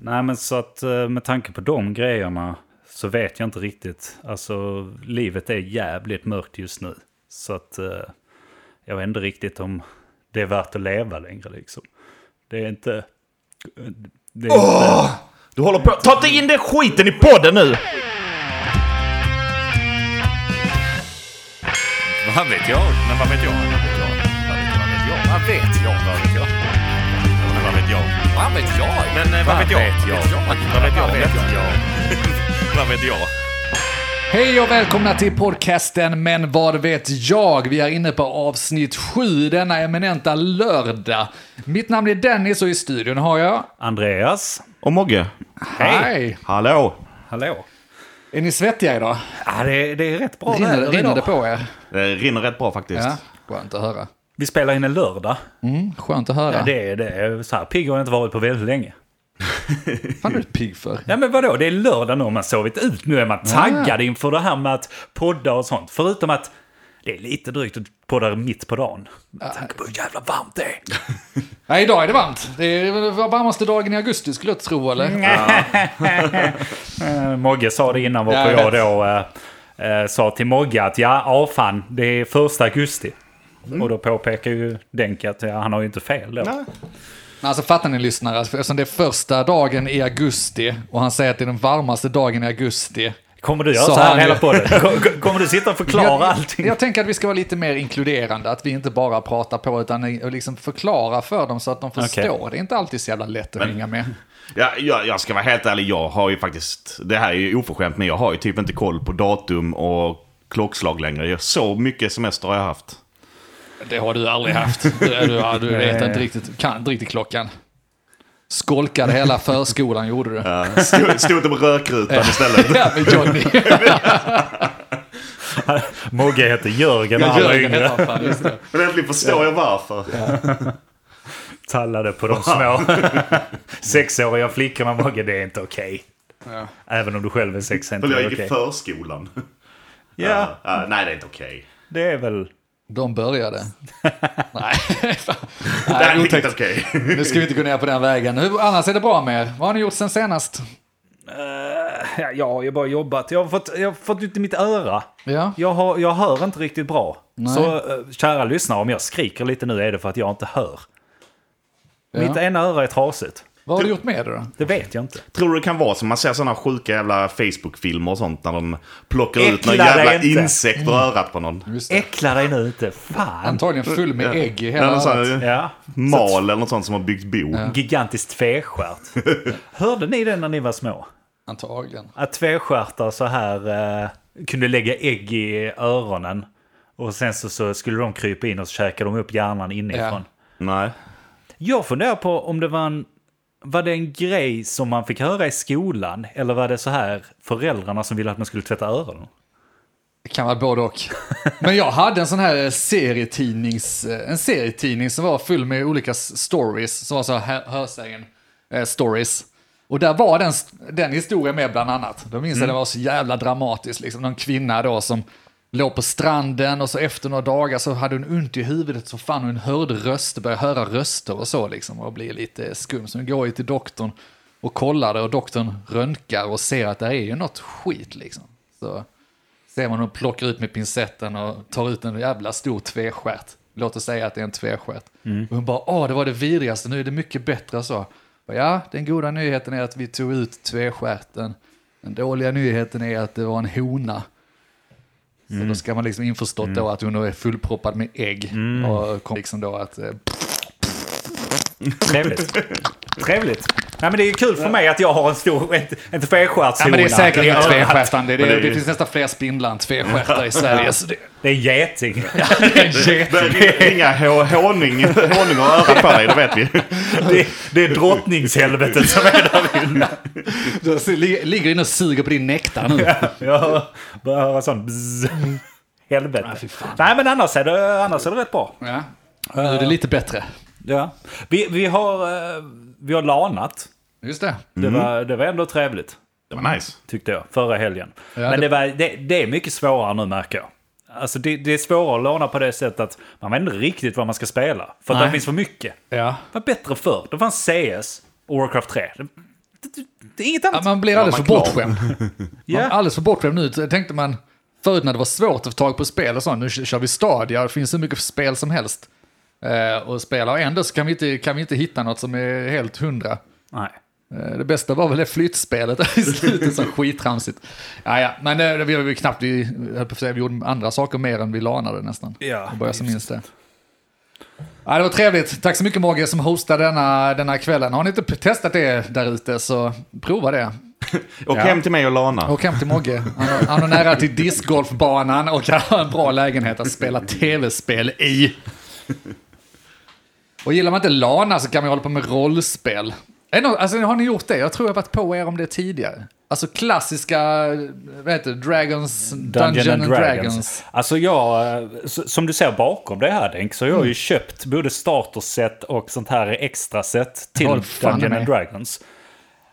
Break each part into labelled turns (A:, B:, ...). A: Nej, men så att eh, med tanke på de grejerna så vet jag inte riktigt. Alltså, livet är jävligt mörkt just nu. Så att eh, jag vet inte riktigt om det är värt att leva längre liksom. Det är inte... Det är inte
B: Du håller på... Ta inte in den skiten i podden nu!
C: Vad vet jag? Men vad vet jag? Vad vet jag? Vad vet jag? Vad vet jag? Men vad vet jag? Vad vet jag? Men eh, vad vet jag? Vad vet jag? Vad vet jag? Vad vet jag?
D: Hej och välkomna till podcasten Men vad vet jag? Vi är inne på avsnitt sju denna eminenta lördag. Mitt namn är Dennis och i studion har jag...
A: Andreas?
B: Och Mogge.
D: Hej!
B: Hallå!
A: Hallå?
D: Är ni svettiga idag?
A: Ja, det, är- det är rätt bra
D: Rinner,
A: väder
D: rinner
A: idag.
D: det på er?
B: Det rinner rätt bra faktiskt.
D: Ja, skönt att höra.
A: Vi spelar in en lördag.
D: Skönt att höra.
A: Det, är- det är så här, pigg har jag inte varit på väldigt länge.
D: fan är du pigg för?
A: Nej men vadå, det är lördag nu och man har sovit ut. Nu är man taggad inför det här med att podda och sånt. Förutom att det är lite drygt att podda mitt på dagen. Med tanke på hur jävla varmt det är.
D: Nej, idag är det varmt. Det är väl varmaste dagen i augusti skulle jag tro, eller?
A: Eh, Mogge sa det innan
D: Ja,
A: varpå
D: jag
A: jag då eh, eh, sa till Mogge att ja, ja fan, det är första augusti.
D: Mm.
A: Och då påpekar ju Denke att ja, han har ju inte fel då.
D: Men Alltså fattar ni lyssnare, alltså, eftersom det är första dagen i augusti och han säger att det är den varmaste dagen i augusti.
A: Kommer du göra
D: Sa
A: så här
D: han ju.
A: hela podden? Kom- kom- Kommer du sitta och förklara allting?
D: Jag, jag tänker att vi ska vara lite mer inkluderande, att vi inte bara pratar på utan och liksom förklara för dem så att de förstår. Det är inte alltid så jävla lätt att hänga med.
B: Ja, jag, jag ska vara helt ärlig, jag har ju faktiskt... Det här är ju oförskämt, men jag har ju typ inte koll på datum och klockslag längre. Jag, så mycket semester har jag haft.
D: Det har du aldrig haft. Du, du, ja, du vet
A: Nej.
D: inte riktigt, kan, inte riktigt klockan. Skolkade hela förskolan gjorde du. Ja,
B: Stod, stod det på rökrutan istället.
D: med Johnny.
A: Mogge heter Jörgen och han var
D: Jörgen
A: yngre.
D: heter han, fan, just det.
B: Men äntligen förstår jag varför.
A: tallade på de små sexåriga flickorna. Mogge, det är inte okej. Även om du själv är sex är inte
B: För jag
A: det
B: gick
A: okej.
B: i förskolan.
A: Ja,
B: Ja, nej, det är inte okej.
A: det är väl...
D: De började. Nej, fan.
B: Det här
D: Nej
B: är inte
D: otäckt.
B: helt okej.
D: Nu ska vi inte gå ner på den vägen. Hur, annars är det bra med er. Vad har ni gjort sen senast?
A: Eh, Ja, jag har ju bara jobbat. Jag har fått, jag har fått ut i mitt öra.
D: Ja.
A: Jag, har, jag hör inte riktigt bra. Så eh, kära lyssnare, om jag skriker lite nu är det för att jag inte hör. Mitt ena öra är trasigt.
D: Vad har du gjort med det då?
A: Det vet jag inte.
B: Tror du det kan vara som man ser sådana sjuka jävla Facebook-filmer och sånt när de plockar ut
A: Äckla
B: några jävla
A: dig inte.
B: insekt ur örat på någon?
D: Just det.
A: Äckla dig nu inte. Fan.
D: Antagligen full med ägg i hela
B: Eller sån
D: örat.
B: här
A: Ja.
B: mal eller något sånt som har byggt bo.
A: Gigantiskt tvestjärt. Hörde ni det när ni var små?
D: Antagligen.
A: att tvestjärtar så här eh, kunde lägga ägg i öronen. Och sen så, så skulle de krypa in och så käkade de upp hjärnan inifrån.
B: Nej.
A: Jag funderar på om det var en, var det en grej som man fick höra i skolan eller var det så här föräldrarna som ville att man skulle tvätta öronen?
D: Det kan vara både och. Men jag hade en sån här eh, serietidnings, eh, en serietidning som var full med olika s- stories, som var så här hö- hörsägen eh, stories. Och där var den, st- den historien med bland annat. Då minns jag det var så jävla dramatiskt, liksom någon kvinna då som låg på stranden och så efter några dagar så hade hon ont i huvudet så fann hon hörde röster, började höra röster och så liksom och blir lite skum. Så hon går ju till doktorn och kollar det och doktorn röntgar och ser att det är ju något skit liksom. Så ser man hon plockar ut med pincetten och tar ut en jävla stor tvestjärt. Låt oss säga att det är en tvestjärt. Och hon bara, åh det var det vidrigaste, nu är det mycket bättre så. Och ja, den goda nyheten är att vi tog ut tvestjärten. Den dåliga nyheten är att det var en hona. Så då ska man liksom införstått då att hon då är fullproppad med ägg. Och kom liksom då att, eh,
A: Trevligt. Trevligt. Nej, men det är ju kul för mig att jag har en stor en, en tvestjärtshona.
D: ja men det är säkert
A: i
D: inget
A: örat.
D: tvestjärtande. Det,
B: Men det
D: det,
B: är ju-
D: det finns nästan fler spindlar än tvestjärtar i Sverige. Så det,
A: Det är en geting.
D: det är en jätte-
B: Det är Inga hå- honung, honung och öra på dig, det vet vi.
A: Det, det är drottningshelvetet som är där inne.
D: Du li- ligger inne och suger på din nektar nu.
A: Jag börjar höra sån bzz. Helvete. Nej men annars är, det, annars är det rätt bra.
D: Ja. Nu är det lite bättre.
A: Ja. Vi, vi, har, eh, vi har lanat.
D: Just det.
A: Det, var, det var ändå trevligt
B: Det var nice.
A: tyckte jag förra helgen. men
D: det-
A: det, var, det, det är mycket svårare nu märker jag. Alltså det, det är svårare att låna på det sättet att man vet inte riktigt vad man ska spela. För att
D: Nej.
A: det finns för mycket.
D: Ja.
A: Det var bättre förr. Det fanns CS och Warcraft 3. Det, det det är inget annat.
D: Ja, man blir alldeles för
B: man klar.
D: bortskämd.
A: Ja.
D: Man är alldeles för bortskämd nu. Så Tänkte man, förut när det var svårt att få tag på spel och sånt, nu kör vi Stadia, det finns så mycket spel som helst. Eh, och spela och ändå så kan vi, inte, kan vi inte hitta något som är helt hundra.
A: Nej.
D: Eh, Det bästa var väl det flyttspelet i slutet, så skittramsigt. Ja, ja, men det, det, vi, vi knappt, vi, höll på att säga, vi gjorde andra saker mer än vi lanade nästan.
A: Ja,
D: och bara jag som minns det. Ja, det var trevligt. Tack så mycket Mogge som hostade denna, denna kvällen. Har ni inte testat det där ute så prova det.
B: Åk hem till mig och Lana.
D: Åk hem till Mogge. Han har- Han har nära till discgolfbanan och han har en bra lägenhet att spela tv-spel i. Och gillar man inte Lana så kan man ju hålla på med rollspel. Är det nå- Alltså, har ni gjort det? Jag tror jag har varit på er om det tidigare. Alltså klassiska, vad heter det, Dragons, Dungeon, and, Dragons.
A: Alltså jag, eh, s- som du ser bakom det här Denk, så har jag
D: Mm.
A: ju köpt både starterset och sånt här extra set till
D: Håll fan
A: Dungeon
D: med.
A: and Dragons.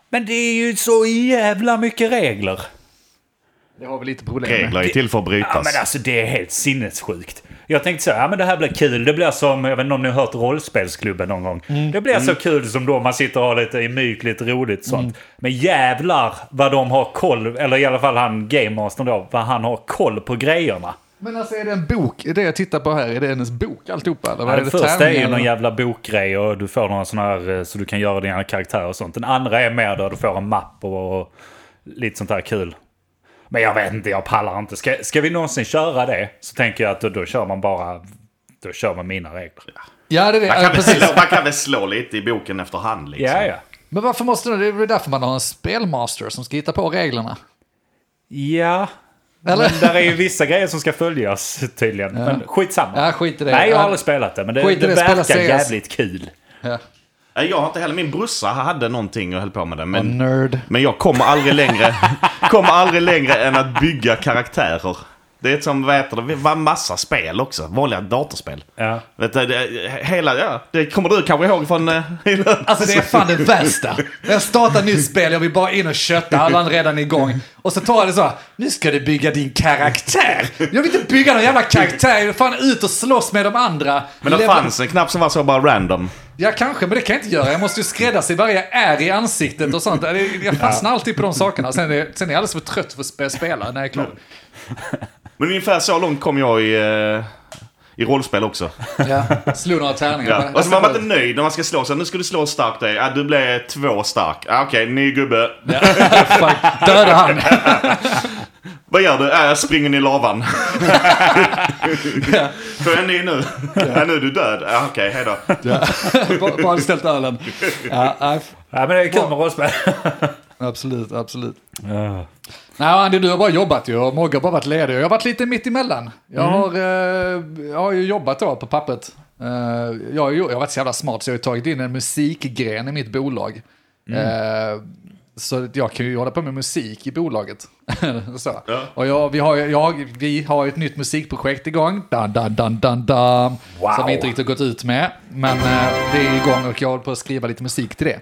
A: Men det är ju så jävla mycket regler.
D: Det har vi lite problem med.
B: Regler är till för att
A: Ja,
B: brytas.
A: men alltså det är helt sinnessjukt. Jag tänkte så här, ja men det här blir kul. Det blir som, jag vet inte om ni har hört rollspelsklubben någon gång.
D: Mm.
A: Det blir så kul som då man sitter och har lite i myk, lite roligt sånt. Men jävlar vad de har koll, eller i alla fall han Game Master då, vad han har koll på grejerna.
D: Men alltså är det en bok, är det jag tittar på här, är det hennes bok alltihopa? Eller vad
A: Ja,
D: är
A: den
D: det
A: första är ju
D: tärningar
A: någon
D: eller-
A: jävla bokgrej och du får några såna här eh, så du kan göra dina karaktärer och sånt. Den andra är mer där du får en mapp och, och lite sånt här kul. Men jag vet inte, jag pallar inte. Ska, ska vi någonsin köra det så tänker jag att då, då kör man bara... Då kör man mina regler.
D: Ja, det är det.
B: Man
D: Ja,
B: kan, väl
D: precis.
B: slå, man kan väl slå lite i boken efterhand liksom.
A: Ja, ja.
D: Men varför måste det? Det är väl därför man har en spelmaster som ska hitta på reglerna.
A: Ja.
D: Eller?
A: Men där är ju vissa grejer som ska följas tydligen. Men skitsamma.
D: Ja, skit i det.
A: Nej, jag har
D: Ja.
A: aldrig spelat det. Men det,
D: Skit i
A: det
D: det, spela
A: verkar
D: CS.
A: jävligt kul.
D: Ja.
B: Nej, Jag har inte heller, min brorsa hade någonting och höll på med det. Men,
D: Nerd.
B: men jag kommer aldrig längre, kommer aldrig längre än att bygga karaktärer. Det är ett som, vad heter det, var massa spel också. Vanliga datorspel.
A: Ja.
B: Vet du, det, hela, ja, det kommer du kanske ihåg från... eh, Hela,
D: Alltså det är fan det värsta. När jag startar ett nytt spel, jag vill bara in och kötta, alla är redan igång. Och så tar jag det så här, nu ska du bygga din karaktär. Jag vill inte bygga någon jävla karaktär, jag vill fan ut och slåss med de andra.
B: men det
D: Leva-
B: fanns en knapp som var så bara random.
D: Ja kanske, men det kan jag inte göra. Jag måste ju skräddarsy varje är i ansiktet och sånt. Det- Jag fastnar alltid på de sakerna. Sen är, sen är jag alldeles för trött för att spe- spela när jag är klar.
B: Men ungefär så långt kom jag i, eh, i rollspel också.
D: Ja, slog några tärningar.
B: Ja. Och så var man inte nöjd när man ska slå. Så nu ska du slå starkt dig. Ja, du blev två stark. Ja, Okej, ny gubbe.
D: Fan, Döda han.
B: Vad gör du? Ja, jag springer ner i lavan. Får jag en ny nu? Ja, nu är du död. Ja, Okej, hejdå.
D: Bara- Bara ställt ölen. Ja, nej, f-
A: Ja, men det är kul med rollspel.
D: absolut, absolut.
A: Ja.
D: Nej, Andy, du har bara jobbat ju och Mogge har bara varit ledig. Jag har varit lite mitt emellan. Jag, har, eh, jag har ju jobbat då på pappret. Eh, jag, har ju- jag har varit så jävla smart så jag har tagit in en musikgren i mitt bolag. Eh, så att jag kan ju hålla på med musik i bolaget. så.
B: Ja.
D: Och jag, vi, har, ju- jag, vi har ju ett nytt musikprojekt igång. Dun, dun, dun, dun, dun,
A: Wow.
D: Som vi inte riktigt har gått ut med. Men eh, det är igång och jag håller på att skriva lite musik till det.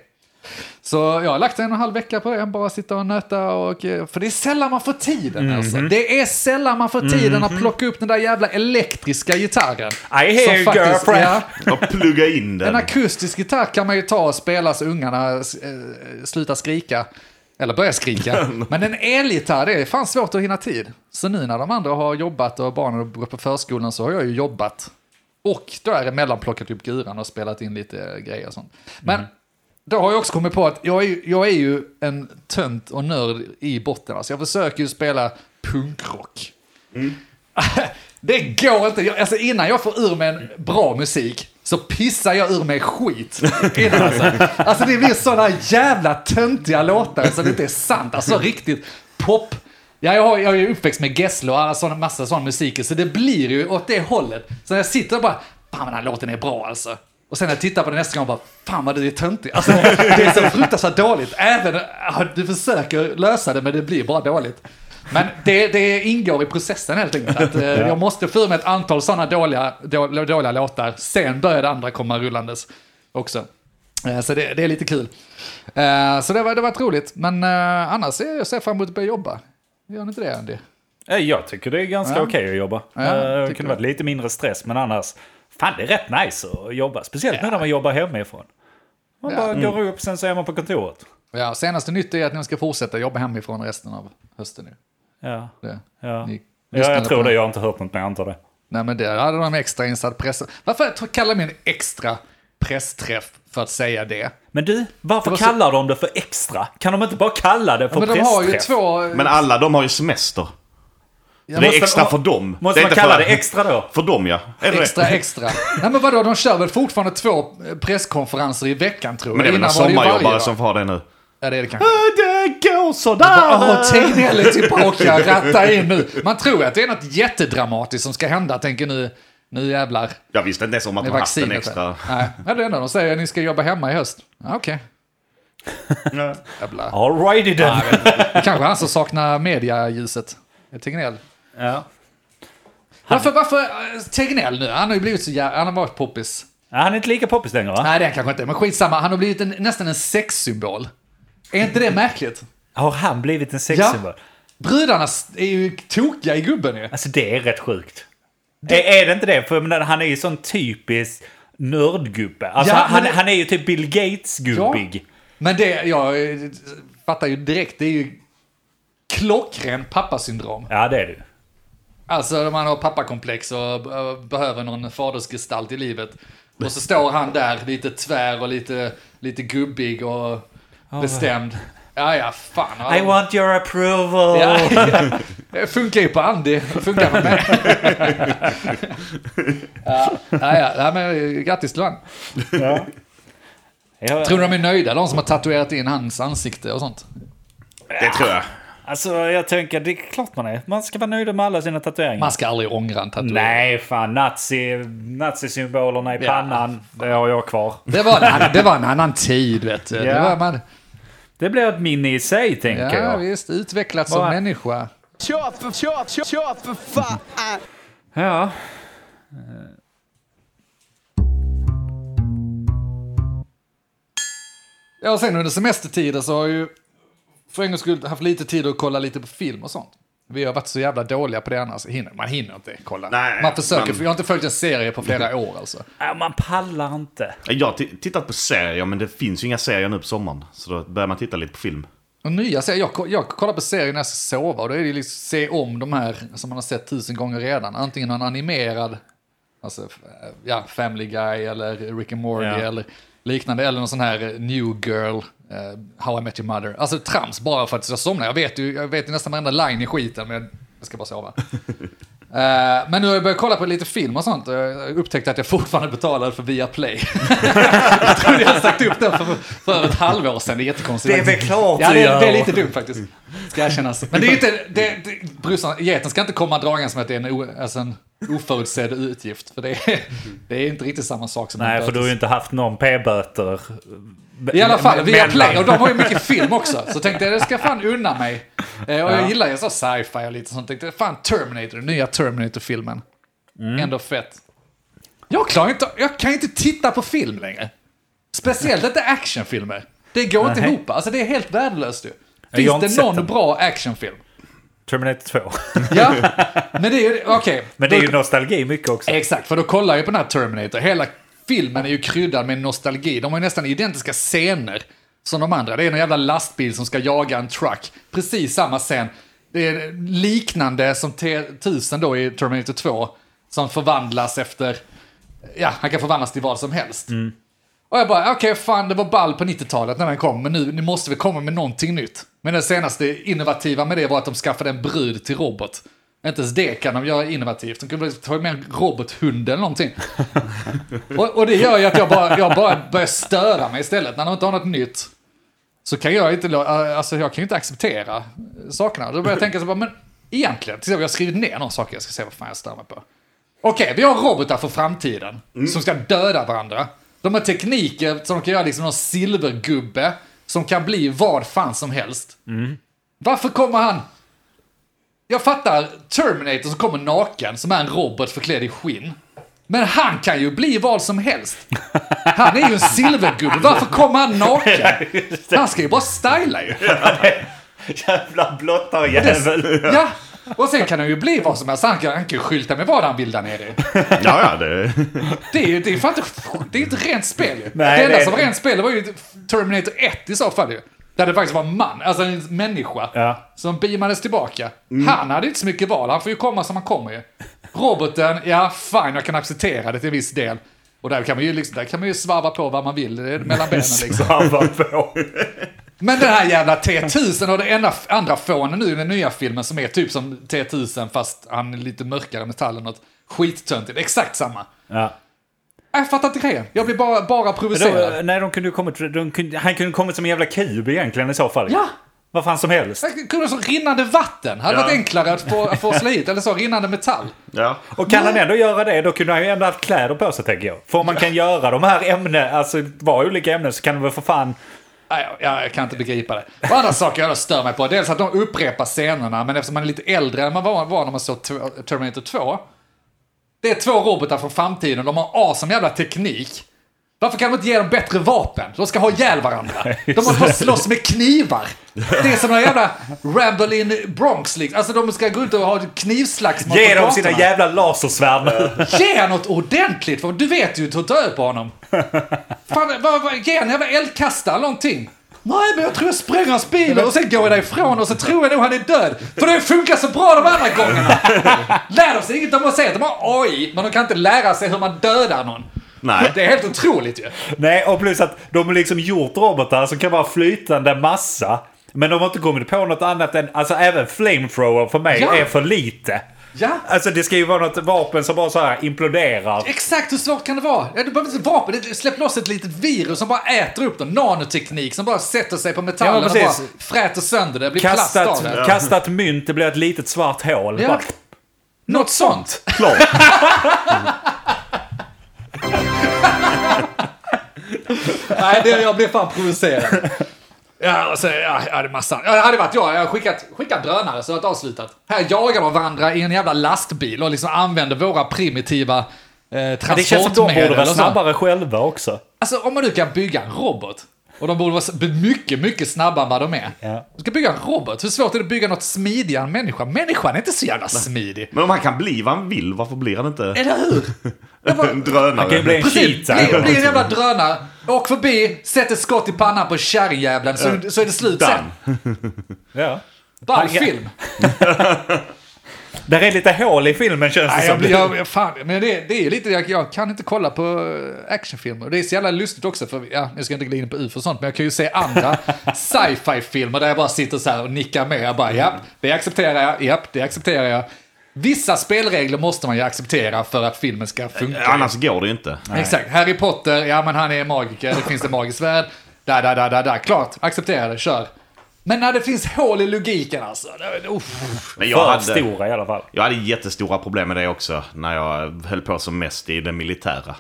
D: Så jag har lagt en och en halv vecka på det, bara sitta och nöta och... eh, För det är sällan man får tiden
A: Mhm.
D: alltså. Det är sällan man får tiden att plocka upp den där jävla elektriska gitarren.
A: I hear
D: Som
A: you,
D: faktiskt-
A: girlfriend.
D: ja,
B: Och plugga in
D: en
B: den.
D: akustisk gitarr kan man ju ta och spela så ungarna eh, slutar skrika. Eller börjar skrika. Men en elgitarr, det är fan svårt att hinna tid. Så nu när de andra har jobbat och barnen har gått på förskolan så har jag ju jobbat. Och däremellan plockat upp guran och spelat in lite eh, grejer och sånt. Men då har jag också kommit på att jag är, ju- jag är ju en tönt och nörd i botten. Alltså jag försöker ju spela punkrock. Det går inte. Jag, alltså innan jag får ur mig en bra musik så pissar jag ur mig skit. Innan, alltså. alltså det blir sådana jävla töntiga låtar så det inte är sant. Alltså riktigt pop. Ja, jag, har, jag är ju uppväxt med Gessle och alla såna, massa sån musik så det blir ju åt det hållet. Så när jag sitter och bara, fan den här låten är bra alltså. Och sen när jag tittar på den nästa gång bara, fan vad du är töntig. Alltså, det är så fruktansvärt dåligt. Även ja, du försöker lösa det men det blir bara dåligt. Men det, det ingår i processen helt enkelt. Att, eh, jag måste få ur mig ett antal sådana dåliga, dåliga, dåliga låtar. Sen börjar det andra komma rullandes också. Eh, så det, det är lite kul. Eh, så det var, det var roligt. Men eh, annars ser jag ser fram emot att börja jobba. Gör ni inte det Andy?
A: Eh, Jag tycker det är ganska okej att jobba.
D: Ja,
A: Eh, det
D: tycker
A: kunde
D: jag.
A: varit lite mindre stress, men annars... Fan, det är rätt nice att jobba. Speciellt nu när man jobbar hemifrån. Man
D: Ja.
B: Mm.
A: bara går upp, sen så är man på kontoret.
D: Ja, senaste nytt är att ni ska fortsätta jobba hemifrån resten av hösten. nu.
A: Ja,
D: Det.
A: ja.
D: Ni
A: ja jag
D: lyssnade
A: tror
D: på-
A: det. Jag har inte hört något mer, jag antar det.
D: Nej, men där hade de extra insatt press. Varför kallar man en extra pressträff för att säga det?
A: Men du, varför
D: var så-
A: kallar de det för extra? Kan de inte bara kalla det för
D: Men de har ju
A: pressträff?
D: två... eh,
B: Men alltså, alla de har ju semester. det är
A: måste-
B: extra för dem.
A: Måste
B: det är
A: man
B: inte
A: kalla
B: för,
A: det extra då?
B: För dem ja. Är det
D: Extra,
B: det?
D: extra. Nej men vadå, de kör väl fortfarande två eh, presskonferenser i veckan tror jag.
B: Men det är väl några
D: Innan var ju
B: sommarjobbare
D: varje dag.
B: som får ha det nu.
D: Ja det är det kanske.
B: Det går sådär!
D: Åh, Tegnell är typ tillbaka, ratta in nu. Man tror att det är något jättedramatiskt som ska hända, tänker nu, nu jävlar.
B: Jag visste inte ens om att
D: Med
B: de haft en
D: vaccinet.
B: extra...
D: Nej, det är det enda de säger, ni ska jobba hemma i höst. Ja, Okej, jävlar.
A: Alrighty then.
D: Det kanske är han som saknar medialjuset. Det är Tegnell.
A: Ja.
D: Varför, varför, eh, Tegnell nu, han har ju blivit så jävla, han har varit poppis.
A: Ja, Han är inte lika poppis längre va?
D: Nej det är han kanske inte, men skitsamma, han har blivit en, nästan en sexsymbol. Är inte det märkligt?
A: Har han blivit en sexsymbol?
D: Brudarna är ju tokiga i gubben ju.
A: Alltså det är rätt sjukt. Det... Är det inte det? För jag menar, han är ju sån typisk nördgubbe. Alltså,
D: Ja,
A: han,
D: men-
A: han är ju typ Bill Gates-gubbig.
D: Men det, jag eh, fattar ju direkt, det är ju klockren pappasyndrom.
A: Ja, det är du.
D: Alltså man har pappakomplex och eh, behöver någon fadersgestalt i livet. Och så står han där lite tvär och lite, lite gubbig och bestämd. Ja, ja, fan.
A: I want your approval!
D: Ja. Det funkar ju på Andy, det funkar på mig. ja, ja, ja, nej, men eh, grattis till han.
A: Jag,
D: Tror du de är nöjda, de som har tatuerat in hans ansikte och sånt?
B: Det tror jag.
A: Alltså jag tänker, det är klart man är. Man ska vara nöjd med alla sina tatueringar.
D: Man ska aldrig ångra en tatuering.
A: Nej, fan. Nazi, nazisymbolerna i
D: Ja,
A: pannan, det har jag kvar.
D: Det var, en, annan- det var en annan tid, vet du. Det
A: Ja.
D: var man,
A: Det blir ett minne i sig, tänker
D: ja,
A: jag.
D: visst. Utvecklats som
A: Bara-
D: människa.
E: Kör för, kör, kör, kör för fan!
A: Ja.
D: Ja, och sen under semestertiden så har jag ju för en gångs skull haft lite tid att kolla lite på film och sånt. Vi har varit så jävla dåliga på det annars. Hinner, man hinner inte kolla.
B: Nej,
D: man försöker,
B: men-
D: för jag har inte följt en serie på flera år alltså.
A: Ja, Man pallar inte.
B: Jag har ti- tittat på serier, men det finns ju inga serier nu på sommaren. Så då börjar man titta lite på film.
D: Och nya serier, jag, ko- jag kollar på serier när jag ska sova och då är det ju liksom se om de här som man har sett tusen gånger redan. Antingen någon animerad, alltså f- ja, Family Guy eller Rick and Morty
A: Ja.
D: eller liknande. Eller någon sån här eh, New Girl, eh, How I Met Your Mother. Alltså trams bara för att jag somnar. Jag vet ju, jag vet ju nästan varenda line i skiten men jag ska bara sova. Eh, men nu har jag börjat kolla på lite film och sånt. och Jag upptäckte att jag fortfarande betalar för Viaplay. jag trodde jag hade sagt upp den för, för ett halvår sedan. Det är jättekonstigt.
A: Det är väl klart
D: Ja,
A: du
D: det, är-
A: gör.
D: det är lite dumt faktiskt. Ska erkännas. Men det är ju inte... Det, det, brorsan, geten ska inte komma dragandes med att det är en, o, alltså en oförutsedd utgift. För det är, det är inte riktigt samma sak som en
A: Nej, för
D: böter.
A: du har ju inte haft någon p-böter.
D: I alla fall,
A: Men-
D: via Play.
A: men-
D: Och de har ju mycket film också. Så tänkte jag, det ska jag fan unna mig. Eh, Och jag gillar ju så sci-fi och lite sånt. Tänkte, fan Terminator, den nya Terminator-filmen.
A: Mm.
D: Ändå fett. Jag klarar inte, jag kan inte titta på film längre. Speciellt inte actionfilmer. Det går inte
A: Nej.
D: ihop. Alltså det är helt värdelöst ju.
A: har
D: Finns
A: inte
D: det
A: sett
D: någon
A: den.
D: bra actionfilm?
A: Terminator 2.
D: Ja, men det är ju, okej.
A: Men det är ju
D: Då-
A: nostalgi mycket också.
D: Exakt, för då kollar jag på den här Terminator. Hela filmen är ju kryddad med nostalgi. De har ju nästan identiska scener som de andra. Det är en jävla lastbil som ska jaga en truck. Precis samma scen. Det är liknande som T1000 då i Terminator 2. Som förvandlas efter... Ja, han kan förvandlas till vad som helst. Och jag bara, okej fan det var ball på 90-talet när den kom, men nu, nu måste vi komma med någonting nytt. Men det senaste innovativa med det var att de skaffade en brud till robot. Inte ens det kan de göra innovativt, de kunde väl ta med en robothund eller någonting. och, och det gör ju att jag bara, jag bara börjar störa mig istället, när de inte har något nytt. Så kan jag inte, lo- alltså jag kan ju inte acceptera sakerna. Då börjar jag tänka så bara, men egentligen, till exempel jag har skrivit ner några saker, jag ska se vad fan jag stör mig på. Okej, vi har robotar för framtiden som ska döda varandra. De har tekniker som de kan göra liksom någon silvergubbe som kan bli vad fan som helst. Varför kommer han... Jag fattar Terminator som kommer naken, som är en robot förklädd i skinn. Men han kan ju bli vad som helst. Han är ju en silvergubbe. Varför kommer han naken? Han ska ju bara styla ju.
A: Jävla blottarjävel.
D: Ja. Och sen kan han ju bli vad som helst. Han kan, han kan ju skylta med vad han vill där nere.
B: Ja, ja, det...
D: Det är ju det är fan inte, det är inte rent spel ju.
A: Nej,
D: det enda
A: det är
D: som var
A: det.
D: rent spel det var ju Terminator 1 i så fall ju. Där det faktiskt var en man, alltså en människa,
A: Ja. Mm.
D: som beamades tillbaka. Han hade inte så mycket val, han får ju komma som han kommer ju. Roboten, ja fine, jag kan acceptera det till viss del. Och där kan man ju, liksom, där kan man ju svarva på vad man vill eh, mellan benen liksom.
A: Svarva på.
D: Men den här jävla T-1000 och det enda andra fånen nu i den nya filmen som är typ som T-1000 fast han är lite mörkare metall och något skittöntigt. Exakt samma.
A: Ja.
D: Jag fattar Äh, inte grejen. Jag blir bara, bara provocerad.
A: De, nej, de kunde ju kommit, de kunde, han kunde kommit som en jävla kub egentligen i så fall.
D: Ja.
A: Vad fan som helst.
D: Jag Äh, kunde som rinnande vatten. Hade
B: Ja.
D: varit enklare att få, att få slå hit. Eller så, rinnande metall.
B: Ja.
A: Och kan han ändå göra det, då kunde han ju ändå haft kläder på sig tänker jag. För om man kan göra de här ämnena, alltså vara olika ämnen, så kan de väl för fan...
D: Nej, jag, jag kan inte begripa det. Och andra saker jag stör mig på, dels att de upprepar scenerna, men eftersom man är lite äldre än man var, var när man såg Ter- Terminator 2. Det är två robotar från framtiden, de har awesome jävla teknik. Varför kan de inte ge dem bättre vapen? De ska ha ihjäl varandra. De måste få slåss med knivar. Det är som några jävla Ramble in Bronx liksom. Alltså de ska gå ut och ha knivslagsmål
A: Ge
D: på
A: dem sina
D: gatorna.
A: jävla lasersvärd nu!
D: Ge något ordentligt, för du vet ju hur du död på honom. Fan, vad, vad, ge en jävla eldkastare eller någonting. Nej, men jag tror jag spränger hans bil och sen går jag därifrån och så tror jag nog han är död. För det funkar så bra de andra gångerna. Lär de sig inget om att säga att de har AI, men de kan inte lära sig hur man dödar någon.
B: Nej.
D: Det är helt otroligt ju.
A: Nej, och plus att de har liksom gjort robotar som kan vara flytande massa. Men de har inte kommit på något annat än, alltså även flamethrower för mig
D: Ja.
A: är för lite.
D: Ja.
A: Alltså det ska ju vara något vapen som bara så här imploderar.
D: Exakt hur svårt kan det vara? Ja, Du behöver inte vapen, Det- släpp loss ett litet virus som bara äter upp dem. Nanoteknik som bara sätter sig på metallen
A: Ja,
D: och bara
A: precis.
D: fräter sönder det, blir plast av
A: Kastat,
D: det.
A: kastat mynt, det blir ett litet svart hål.
D: Ja.
A: Bara,
D: Något sånt.
A: klart.
D: Nej, det, jag blev fan provocerad. Ja, och så, ja, ja, det är massa. Ja, det hade varit jag. Jag hade skickat, skickat drönare så det hade avslutat. Här jagar de varandra i en jävla lastbil och liksom använder våra primitiva eh,
A: Det känns som de
D: transportmedel.
A: borde vara
D: och så.
A: snabbare själva också.
D: Alltså om man nu kan bygga en robot, och de borde vara s- mycket, mycket snabbare än vad de är.
A: Ja.
D: Du ska bygga en robot, hur svårt är det att bygga något smidigare än människan? Människan är inte så jävla smidig.
B: Men om han kan bli vad han vill, varför blir han inte
D: Eller hur? Jag bara,
B: en drönare?
A: Han kan ju bli en
D: Precis,
A: cheetah.
D: bli, bli en jävla drönare, åk förbi, sätt ett skott i pannan på kärringjäveln så, så är det slut sen.
A: Ja.
D: Ball
A: Han-
D: film.
A: Där är lite hål i filmen känns det
D: Nej, jag,
A: som.
D: blir- jag, jag, fan, men det, det är ju lite, jag, jag kan inte kolla på eh, actionfilmer. Det är så jävla lustigt också, för ja, jag ska inte glida in på UFO och sånt, men jag kan ju se andra sci-fi-filmer där jag bara sitter så här och nickar med. Jag bara, japp, det accepterar jag, japp, det accepterar jag. Vissa spelregler måste man ju acceptera för att filmen ska funka.
B: Annars går det ju inte.
D: Exakt, Harry Potter, ja men han är magiker, det finns en magisk värld. Där, där, där, där, där, klart, acceptera det, kör. Men när det finns hål i logiken alltså, det- uff.
B: Men
A: För
B: jag hade,
A: stora i alla fall.
B: jag hade jättestora problem med det också när jag höll på som mest i det militära.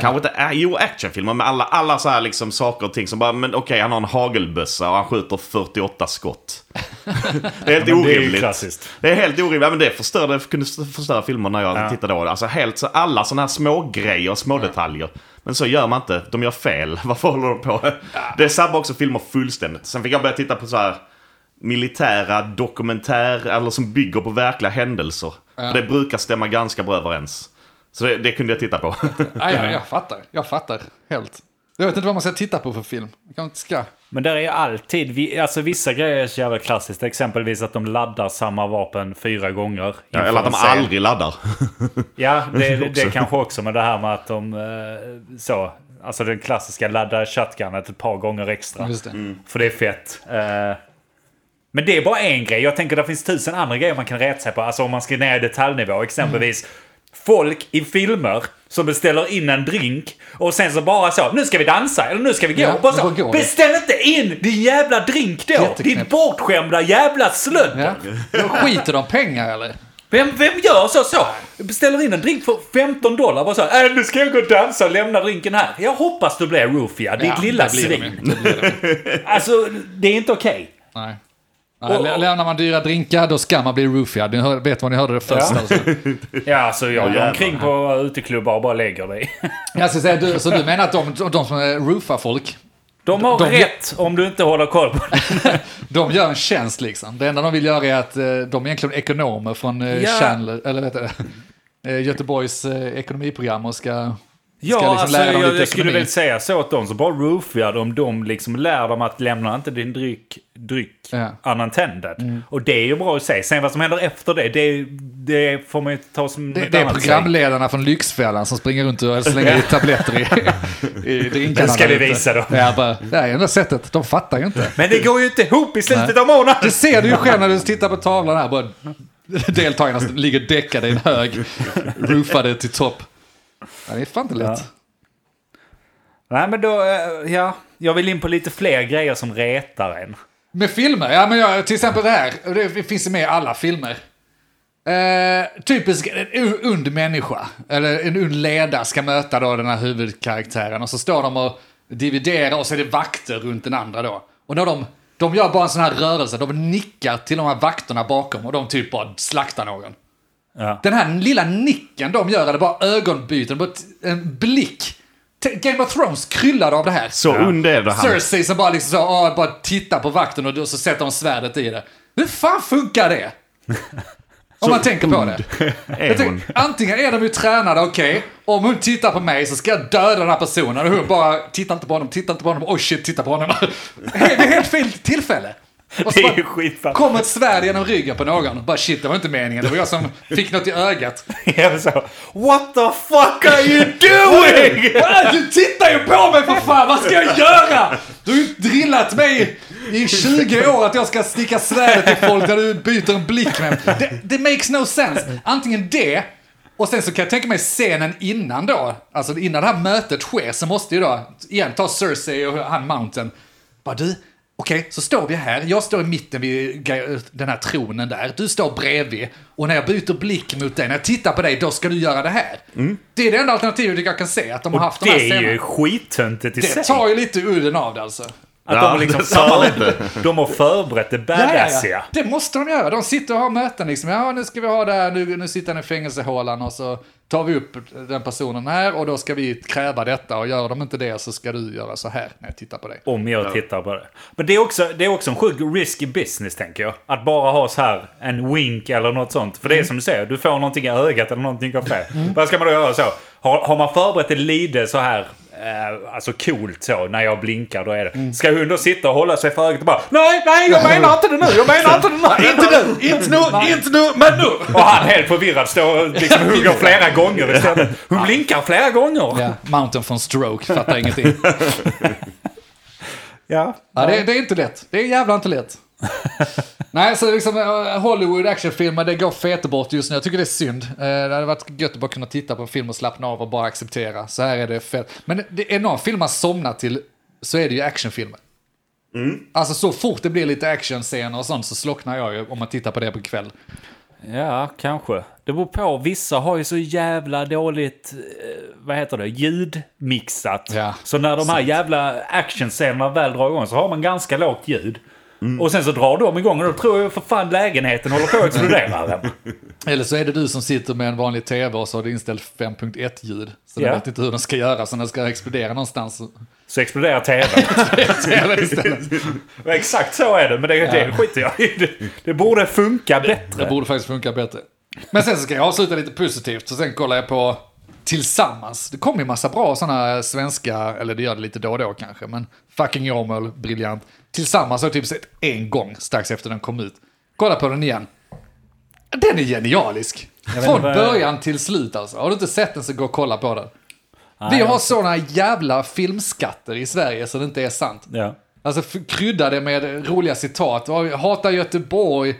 B: Kanske inte, äh, jo actionfilmer med alla, alla så här liksom saker och ting som bara, men okej han har en hagelbössa och han skjuter 48 skott. det är helt
A: Ja, men det är ju
B: orimligt.
A: klassiskt.
B: Det är helt orimligt, Ja, men det förstörde, kunde förstöra filmer när jag tittade på det. Alltså helt så, alla sådana här små grejer, små detaljer. Men så gör man inte, de gör fel. Varför håller de på? Det sabbar också filmer fullständigt. Sen fick jag börja titta på så här militära dokumentär, eller som bygger på verkliga händelser. För det brukar stämma ganska bra överens. Så det, det kunde jag titta på.
D: Nej, jag, jag fattar, jag fattar helt. Jag vet inte vad man ska titta på för film. Jag kan inte ska.
A: Men där är ju alltid, vi- alltså vissa grejer är så jävla klassiskt. Exempelvis att de laddar samma vapen fyra gånger.
B: Ja, eller att
A: inför
B: de
A: en scen.
B: aldrig laddar.
A: Ja, det, det,
B: Också.
A: kanske också. Men det här med att de eh, så, alltså den klassiska ladda shotgunet ett par gånger extra.
D: Just det.
A: För det är fett. Eh, Men det är bara en grej. Jag tänker det finns tusen andra grejer man kan reta sig på. Alltså om man ska ner i detaljnivå. Exempelvis folk i filmer som beställer in en drink och sen så bara så, nu ska vi dansa eller nu ska vi gå.
D: Ja,
A: Och bara så,
D: vad går det?
A: beställ inte in din jävla drink då!
D: Jätteknäppt.
A: Din bortskämda jävla slödd!
D: Ja. Då skiter de pengar eller?
A: Vem, vem gör så? så? Beställer in en drink för 15 dollar bara så här, äh, nu ska jag gå och dansa och lämna drinken här. Jag hoppas du blir Rufia, ditt
D: Ja,
A: lilla
D: det blir de ju.
A: svin. alltså, det är inte okej.
D: Nej. Nej, lä- Lämnar man dyra drinkar då ska man bli roofiad. Ni hör, vet vad ni hörde det först.
A: Ja.
D: Alltså.
A: Ja, alltså jag går
B: jävlar.
A: omkring på uteklubbar och bara lägger dig.
D: Jag ska säga, du, så du menar att de, de, de som eh, roofar folk,
A: De har
D: De- de-
A: rätt om du inte håller koll på det.
D: De gör en tjänst liksom. Det enda de vill göra är att eh, de är egentligen ekonomer från eh,
A: Ja.
D: Chandler, eller vet du, eh, Göteborgs eh, ekonomiprogram och ska
A: Ja,
D: liksom
A: alltså,
D: lära dem
A: jag,
D: lite
A: jag skulle
D: ekonomi.
A: väl säga så åt dem. Så bara roofar de dem, liksom lär dem att lämna inte din dryck, dryck
D: Ja. Mm.
A: unattended. Och det är ju bra i sig. Sen vad som händer efter det, det, det får man ju ta som
D: Det,
A: ett
D: det är
A: annat
D: programledarna från Lyxfällan som springer runt och slänger i tabletter i, i drinkarna.
A: Det ska
D: där
A: vi
D: ute.
A: visa dem.
D: Ja, bara, det här är enda sättet. De fattar ju inte.
A: sätt. Men det går ju inte ihop i slutet
D: Nej.
A: av månaden!
D: Det ser du ju själv när du tittar på tavlan här. Bara, deltagarna ligger däckade i en hög, roofade till topp. Ja, det är fan inte lätt.
A: Nej, men då, eh, ja. Jag vill in på lite fler grejer som retar en.
D: Med filmer? Ja, men jag, till exempel det här. Och Det finns ju med i alla filmer. Eh, typisk, en u- ond människa, eller en ond ledare ska möta då den här huvudkaraktären. Och så står de och dividerar och så är det vakter runt den andra då. Och när de, de gör bara en sån här rörelse, de nickar till de här vakterna bakom och de typ bara slaktar någon.
A: Ja.
D: Den här lilla nicken de gör, eller bara ögonbyten, bara t- en blick. T- Game of Thrones kryllade av det här.
B: Så ond är det han.
D: Cersei som bara liksom så, ah, bara tittar på vakten och då så sätter hon svärdet i det. Hur fan funkar det? Om man tänker på det. Jag
B: Är hon.
D: tänker, antingen är de ju tränade, okej. Om hon tittar på mig så ska jag döda den här personen. Och hon bara, titta inte på honom, titta inte på honom, oj shit, titta på honom. Det är helt fel tillfälle. Och så
A: Det är
D: bara
A: ju skitfall.
D: Kom ett svärd genom ryggen på någon. Bara shit, det var inte meningen. Det var jag som fick något i ögat.
A: Jag så, What the fuck are you doing?
D: Ah, Du tittar ju på mig för fan, vad ska jag göra? Du har ju drillat mig i 20 år att jag ska sticka svärdet i folk när du byter en blick med mig. det, det makes no sense. Antingen det, och sen så kan jag tänka mig scenen innan då, alltså innan det här mötet sker, så måste ju då, igen, ta Cersei och han Mountain. Bara du, okej, så står vi här, jag står i mitten vid ga- den här tronen där, du står bredvid, och när jag byter blick mot dig, när jag tittar på dig, då ska du göra det här. Det är det enda alternativet jag kan se, att de har haft de här
A: Det är ju
D: scenerna.
A: skittöntigt i sig.
D: Det tar ju lite udden av det alltså.
A: Att
B: Ja,
A: de, liksom
B: det sa
A: för,
B: han inte.
A: de har förberett det badassiga.
D: Det måste de göra. De sitter och har möten liksom. Ja, nu ska vi ha det här. Nu, nu sitter han i fängelsehålan och så tar vi upp den personen här och då ska vi kräva detta och gör de inte det så ska du göra så här när jag tittar på dig.
A: Om jag tittar på det. Men det är, också, det är också en sjuk risky business tänker jag. Att bara ha så här en wink eller något sånt. För det är
D: Mm.
A: som du säger, du får någonting i ögat eller någonting går fel. Vad ska man då göra så? Har, har man förberett det lite så här, eh, alltså coolt så, när jag blinkar då är det.
D: Mm.
A: Ska hon då sitta och hålla sig för ögat och bara Nej, nej, jag menar inte det nu, jag menar inte det nu, inte nu,
B: Inte nu, inte nu, men nu!
A: Och han helt förvirrad står och liksom hugger flera gånger istället. Hon blinkar flera gånger.
D: Ja, mountain från stroke, fattar ingenting.
A: Ja.
D: Ja, det, det är inte lätt. Det är jävla inte lätt. Nej, så liksom eh, Hollywood actionfilmer, det går fete bort just nu. Jag tycker det är synd. Eh, Det hade varit gött att bara kunna titta på en film och slappna av och bara acceptera. Så här är det fett. Men det är någon film man somnar till så är det ju actionfilmer. Alltså så fort det blir lite actionscener och sånt så slocknar jag ju om man tittar på det på kväll.
A: Ja, kanske. Det beror på. Vissa har ju så jävla dåligt, eh, vad heter det, ljudmixat.
D: Ja,
A: så när de här jävla actionscenerna väl drar igång så har man ganska lågt ljud. Och sen så drar de igång och då tror jag för fan lägenheten håller på att explodera. den.
D: Eller så är det du som sitter med en vanlig tv och så har du inställt 5.1-ljud. Så
A: Ja.
D: du vet inte hur den ska göra, så den ska explodera någonstans.
A: så exploderar tvn.
D: Tv istället.
A: Och Exakt så är det, men det, det skiter jag i. Det, det borde funka bättre.
D: Det borde faktiskt funka bättre. Men sen så ska jag avsluta lite positivt, så sen kollar jag på Tillsammans. Det kom ju massa bra sådana svenska, eller det gör det lite då och då kanske, men fucking Jomel, briljant. Tillsammans har jag typ sett en gång strax efter den kom ut. Kolla på den igen. Den är genialisk. Från
A: vad-
D: början till slut alltså. Har du inte sett den så gå och kolla på den. Vi har sådana jävla filmskatter i Sverige så det inte är sant.
A: Ja.
D: Alltså f- krydda det med roliga citat. Oj, Hata Göteborg,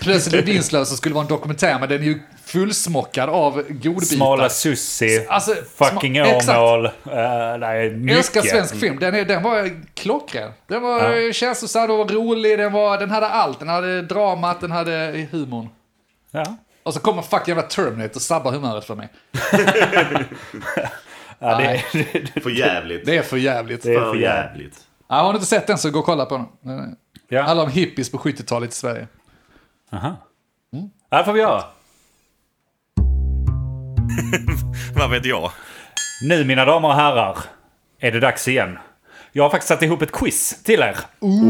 D: plötsligt i Vinslöv som skulle vara en dokumentär, men den är ju fullsmockad av godbitar.
A: Smala Sussi,
D: Alltså,
A: fucking
D: sma- exakt.
A: Åmål. eh, nej, mycket.
D: Jag älskar svensk film. Den, är, den var klockren. Den var ja. känslosam, den var rolig, den, var, den hade allt. Den hade dramat, den hade humorn.
A: Ja.
D: Och så kommer fuck jävla Terminator och sabbar humöret för mig.
A: Ja, det,
D: Nej.
B: För jävligt.
D: Det är för jävligt.
A: det är
B: För
A: för jävligt.
B: jävligt.
D: Ja, har du inte sett den så gå och kolla på den. Den är-
A: Ja.
D: Handlar om hippies på 70-talet i Sverige.
A: Det här får vi göra.
C: Vad vet jag?
A: Nu mina damer och herrar är det dags igen. Jag har faktiskt satt ihop ett quiz till er.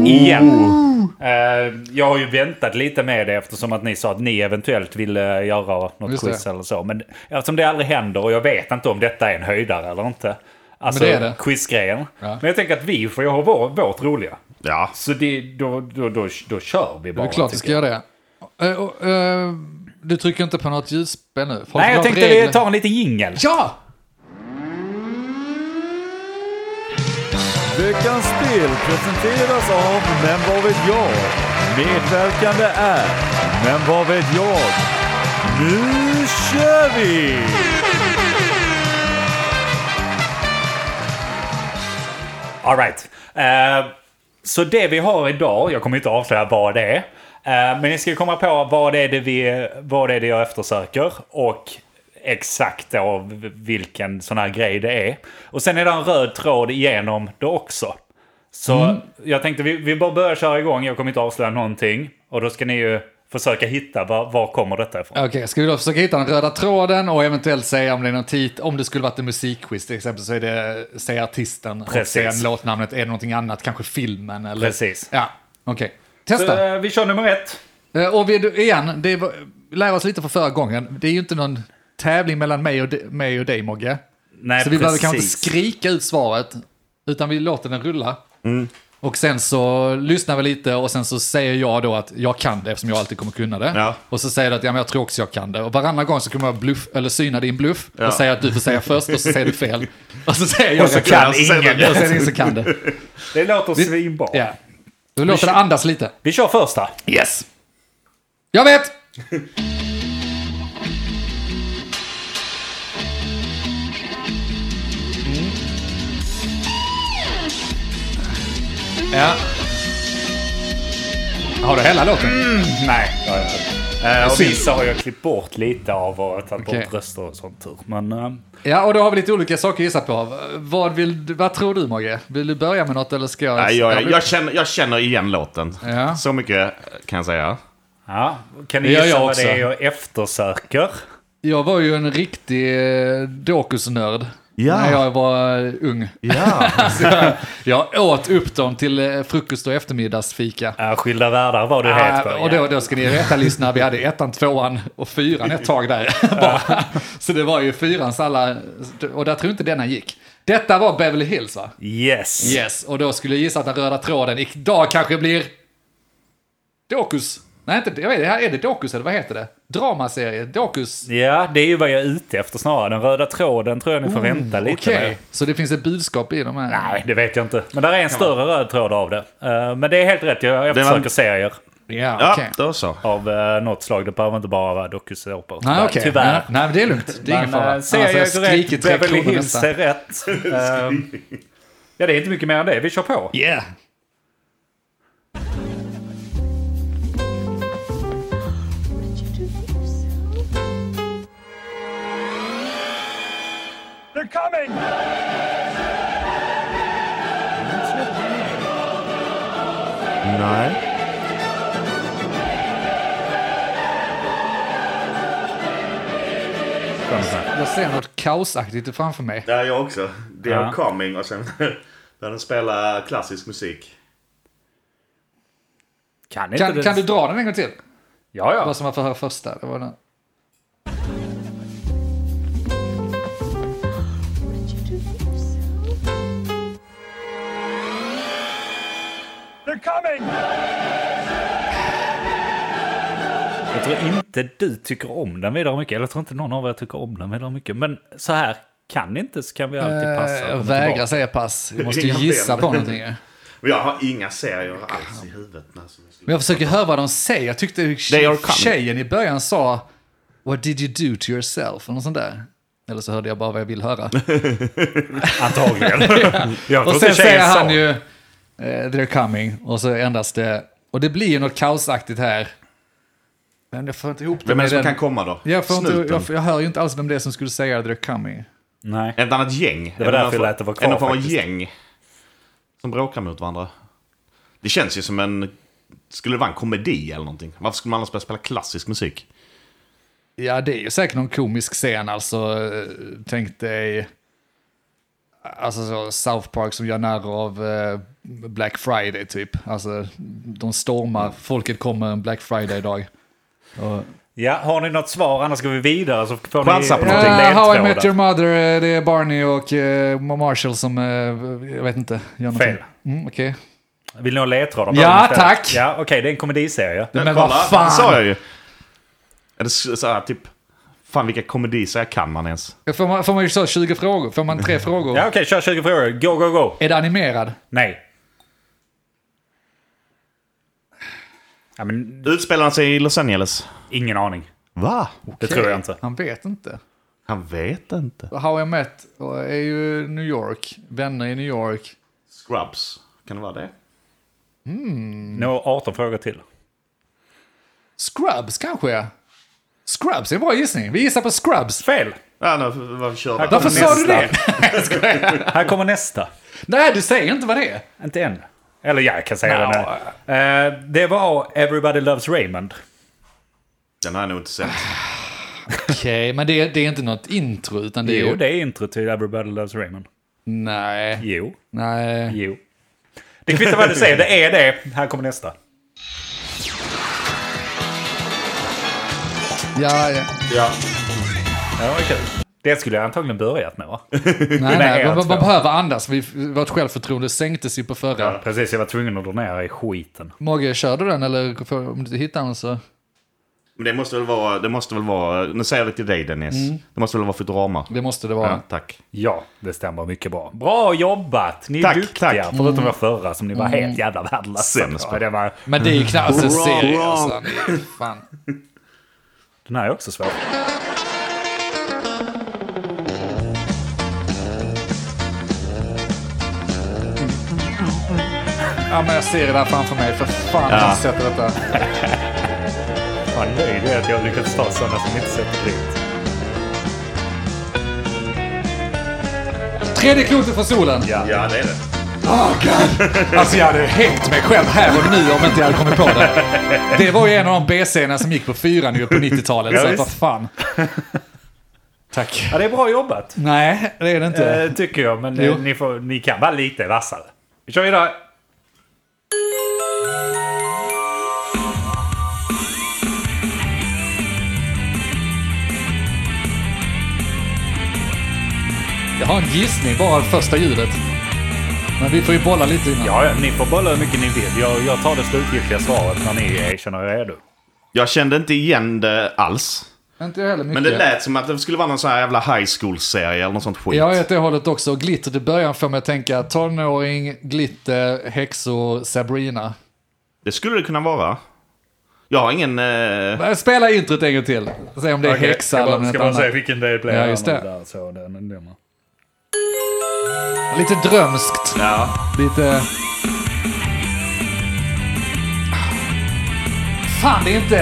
A: Igen. Eh, jag har ju väntat lite med det eftersom att ni sa att ni eventuellt ville göra något
D: Just det.
A: quiz eller så. Men eftersom det aldrig händer och jag vet inte om detta är en höjdare eller inte. Alltså
D: Men det är det.
A: quizgrejen. Men jag tänker att vi får ju ha vår, vårt roliga.
B: Ja.
A: Så det, då, då, då, då kör vi bara.
D: Det är klart
A: tycker
D: vi ska göra det. Eh, och, eh, du trycker inte på något ljusspel nu? Folk
A: Nej,
D: vill ha
A: jag tänkte
D: regler.
A: vi tar en liten jingel.
D: Ja!
F: Veckans spel presenteras av Men vad vet jag? Medverkande är Men vad vet jag? Nu kör vi!
A: All right. Eh, så det vi har idag, jag kommer inte avslöja vad det är. eh, men ni ska komma på vad det är det, vi, vad det är det jag eftersöker och exakt då vilken sån här grej det är. Och sen är det en röd tråd igenom det också. Så jag tänkte vi, vi bara börjar köra igång, jag kommer inte avslöja någonting. Och då ska ni ju försöka hitta var, var kommer detta ifrån.
D: Okej, ska vi då försöka hitta den röda tråden och eventuellt säga om det är någon tit Om det skulle varit en musikquiz till exempel så är det, säg artisten och
A: Precis.
D: sen låtnamnet. Är det någonting annat? Kanske filmen? Eller?
A: Precis.
D: Ja, okej. Testa.
A: Så, eh, vi kör nummer ett.
D: Eh, Och vi, igen, det var, lär oss lite från förra gången. Det är ju inte någon tävling mellan mig och, di- mig och dig Mogge.
A: Nej,
D: så vi behöver
A: precis.
D: kanske inte skrika ut svaret, utan vi låter den rulla.
A: Mm.
D: Och sen så lyssnar vi lite och sen så säger jag då att jag kan det eftersom jag alltid kommer kunna det.
B: Ja.
D: Och så säger du att ja, men jag tror också jag kan det. Och varannan gång så kommer jag bluff, eller syna din bluff och säga att du får säga först och så säger du fel. Och så säger jag
A: Och så
D: att jag
A: kan
D: kan det.
B: ingen.
D: Och så är det ingen som kan det.
A: Det låter svinbra.
D: Ja. Du låter det andas lite.
A: Vi kör första.
D: Yes. Jag vet! Ja. Har du hela låten?
A: Nej, det har jag inte. Eh, och
D: synd.
A: vissa har jag klippt bort lite av och tagit
D: Okej.
A: bort röster och sånt tur. Men eh,
D: Ja, och då har vi lite olika saker att gissa på. Vad, vill, du- vad tror du, Mogge? Vill du börja med något eller ska Alltså, jag...
B: Nej, jag, jag, känner, jag känner igen låten.
D: Ja.
B: Så mycket kan jag säga.
A: ja, kan ni
D: Det gör
A: gissa
D: jag
A: vad
D: också.
A: det är jag eftersöker?
D: Jag var ju en riktig eh, dokusnörd
B: Ja.
D: när jag var eh, ung.
B: Ja.
D: Jag åt upp dem till eh, frukost och eftermiddagsfika.
A: Uh, Skilda världar var du het på.
D: Ah, och då, då ska ni veta lyssna, vi hade ettan, tvåan och fyran ett tag där. Bara. Så det var ju fyrans alla, och där tror jag inte denna gick. Detta var Beverly Hills va?
A: Yes.
D: Yes, och då skulle jag gissa att den röda tråden idag kanske blir... Dokus. Nej, inte, jag vet, här är det dokus eller vad heter det? Dramaserie, dokus.
A: Ja, det är ju vad jag är ute efter snarare. Den röda tråden tror jag ni får vänta lite
D: Okej,
A: med.
D: så det finns ett budskap i de här?
A: Nej, det vet jag inte. Men där är en större röd tråd av det. Eh, men det är helt rätt, jag eftersöker serier
D: Ja,
B: Ja,
D: okej.
B: då så.
A: av uh, något slag. Det behöver inte bara vara dokusåpor.
D: Nej,
A: Tyvärr.
D: okej. Nej,
A: Tyvärr.
D: nej, men det är lugnt. Det är ingen
A: Men,
D: fara.
A: eh,
D: Annars hade
A: Ser
D: jag
A: jag
D: skrikit
A: direkt
D: tre
A: Beverly
D: kronor
A: Hills
D: nästa.
A: är rätt. Eh, ja, det är inte mycket mer än det. Vi kör på.
D: Yeah.
B: Nej.
D: Jag ser något kaosaktigt framför mig.
B: Ja, jag också. Det
A: Ja.
B: coming och sen när den spelar klassisk musik.
A: Kan, inte
D: Kan,
A: det-
D: kan du dra den en gång till?
A: Ja, ja.
D: Vad som var för första. Det var den.
A: Jag tror inte du tycker om den vidare mycket. Eller jag tror inte någon av er tycker om den vidare mycket. Men så här, kan ni inte så kan vi alltid passa.
D: Eh, Jag
A: och komma
D: vägrar
A: tillbaka.
D: säga pass. Vi måste ju
B: Inga ben.
D: gissa på någonting. ju.
B: Och jag har inga serier alls i huvudet. alltså- När som jag skulle-
D: Men jag försöker höra vad de säger. Jag tyckte
B: They are
D: tje-
B: coming.
D: tjejen i början sa What did you do to yourself? Eller något sånt där. Eller så hörde jag bara vad jag vill höra.
A: Antagligen. Jag tror
D: Och
A: inte tjejen
D: sen säger
A: sa
D: han
A: det.
D: ju eh, They're coming. Och så ändras det. Och det blir ju något kaosaktigt här. Men jag får inte ihop det
B: Vem är det
D: med
B: som
D: den.
B: kan komma då?
D: jag, får inte,
B: Snuten.
D: jag, jag hör ju inte alls vem det är som skulle säga They're coming.
A: Nej.
B: Ett annat gäng.
A: Det var
B: Är
A: därför
B: någon
A: jag
B: form-
A: lät det vara kvar
B: är någon form av
A: faktiskt.
B: gäng. Som bråkar mot varandra. Det känns ju som en... Skulle det vara en komedi eller någonting? Varför skulle man annars börja spela klassisk musik?
D: Ja, det är ju säkert någon komisk scen alltså. eh, Tänk dig, alltså så South Park som gör narr av eh, Black Friday typ. Alltså de stormar, folket kommer en Black Friday-dag. Och-
A: Ja, har ni något svar? Annars går vi vidare så får
B: Chansa
A: ni eh,
B: på någonting.
D: Ja, How I
A: ledtrådar.
D: Met Your Mother, eh, det är Barney och eh, Marshall som, eh, jag vet inte, gör någonting.
A: Fel.
D: Mm, okej.
A: Vill ni ha ledtrådar? på
D: Ja,
A: den istället?
D: tack.
A: Ja, okej, det är en komediserie.
D: Men,
B: Kolla,
D: vad
B: Det
D: fan!
B: sa jag ju. Eller så så här, typ... Fan vilka komediserier kan man ens?
D: Får, man, får man ju så 20 frågor? Får man tre frågor?
A: Ja, okej, kör 20 frågor. Go, go, go.
D: Är det animerad?
A: Nej. Ja, men,
B: Utspelar sig i Los Angeles?
A: ingen aning.
B: Va?
A: Det tror jag inte.
D: Han vet inte.
B: Han vet inte.
D: How I Met eh, är ju New York, vänner i New York.
B: Scrubs. Kan det vara det?
A: Nu har 18 frågor till.
D: Scrubs kanske? Scrubs är en bra gissning. Vi gissar på Scrubs.
A: Fel!
B: Ja, nu, varför kör vi?
A: Här
D: Varför sa du
A: Nästa.
D: det?
A: Här kommer nästa.
D: Nej, du säger inte vad det är.
A: Inte än. Eller ja, jag kan säga det nu. Eh, det var Everybody Loves Raymond.
B: Den har jag nog inte sett.
D: Okej, men det, det är inte något intro utan det är
A: Jo,
D: ju...
A: det är intro till Everybody Loves Raymond.
D: Nej.
A: Jo,
D: Nej.
A: jo. Det kvittar vad du säger, det är det. Här kommer nästa.
D: Ja, ja.
A: Ja, det var kul. Det skulle jag antagligen börjat med va?
D: Nej, nej,
A: jag
D: man,
A: tror.
D: man behöver andas. Vi, vårt självförtroende sänktes ju på förra.
A: Precis, jag var tvungen att dra ner i skiten.
D: Mogge, kör du den eller får- om du inte hittar den så...
B: Men det måste väl vara... Det måste väl vara nu säger jag det till dig Dennis. Det måste väl vara för drama.
D: Mm. Det måste det
B: Ja,
D: vara.
B: tack.
A: Ja, det stämmer mycket bra. Mm. Bra jobbat! Ni är
B: Tack,
A: duktiga.
B: tack.
A: Förutom den förra som ni var helt jävla värdelösa på.
B: Sämst på.
A: Ja, det var-
D: Men det är ju knappt
B: Hurra,
D: en serie
B: hurra.
D: alltså. Det är Fan.
A: Den här är också svår.
D: Ja, men jag ser det där framför mig. För fan, jag har inte sett detta.
A: Vad nöjd jag är att jag lyckats ta sådana som inte sett riktigt.
D: Tredje klotet från solen.
B: Ja, det är det.
D: Alltså jag hade hängt mig själv här och nu om inte jag hade kommit på det. Det var ju en av de B-serierna som gick på fyran ju på 90-talet. så att,
A: visst.
D: vad fan. Tack.
A: Ja, det är bra jobbat.
D: Nej, det är det inte.
A: Eh, tycker jag, men
D: Jo.
A: eh, ni, får, ni kan vara lite vassare. Vi kör vidare.
D: Jag har en gissning bara första ljudet. Men vi får ju bolla lite innan.
A: Ja, ja, ni får bolla hur mycket ni vill. Jag, jag tar det slutgiltiga svaret när ni eh, känner er redo.
B: Jag kände inte igen det alls.
D: Inte jag heller mycket.
B: Men det lät som att det skulle vara någon sån här jävla high school-serie eller något sånt skit.
D: Jag är åt det hållet också. Och Glitter i början får mig att tänka tonåring, glitter, häxor, Sabrina.
B: Det skulle det kunna vara. Jag har ingen... Eh...
D: Äh, Spela introt en gång till. Se om det är
A: Okej,
D: häxa
A: ska
D: eller
A: man-
D: något
A: Ska man
D: annat.
A: säga vilken det blir?
D: Ja, just det.
A: Där, så, den, den,
D: Lite drömskt.
B: Ja.
D: Lite... Fan, det är inte...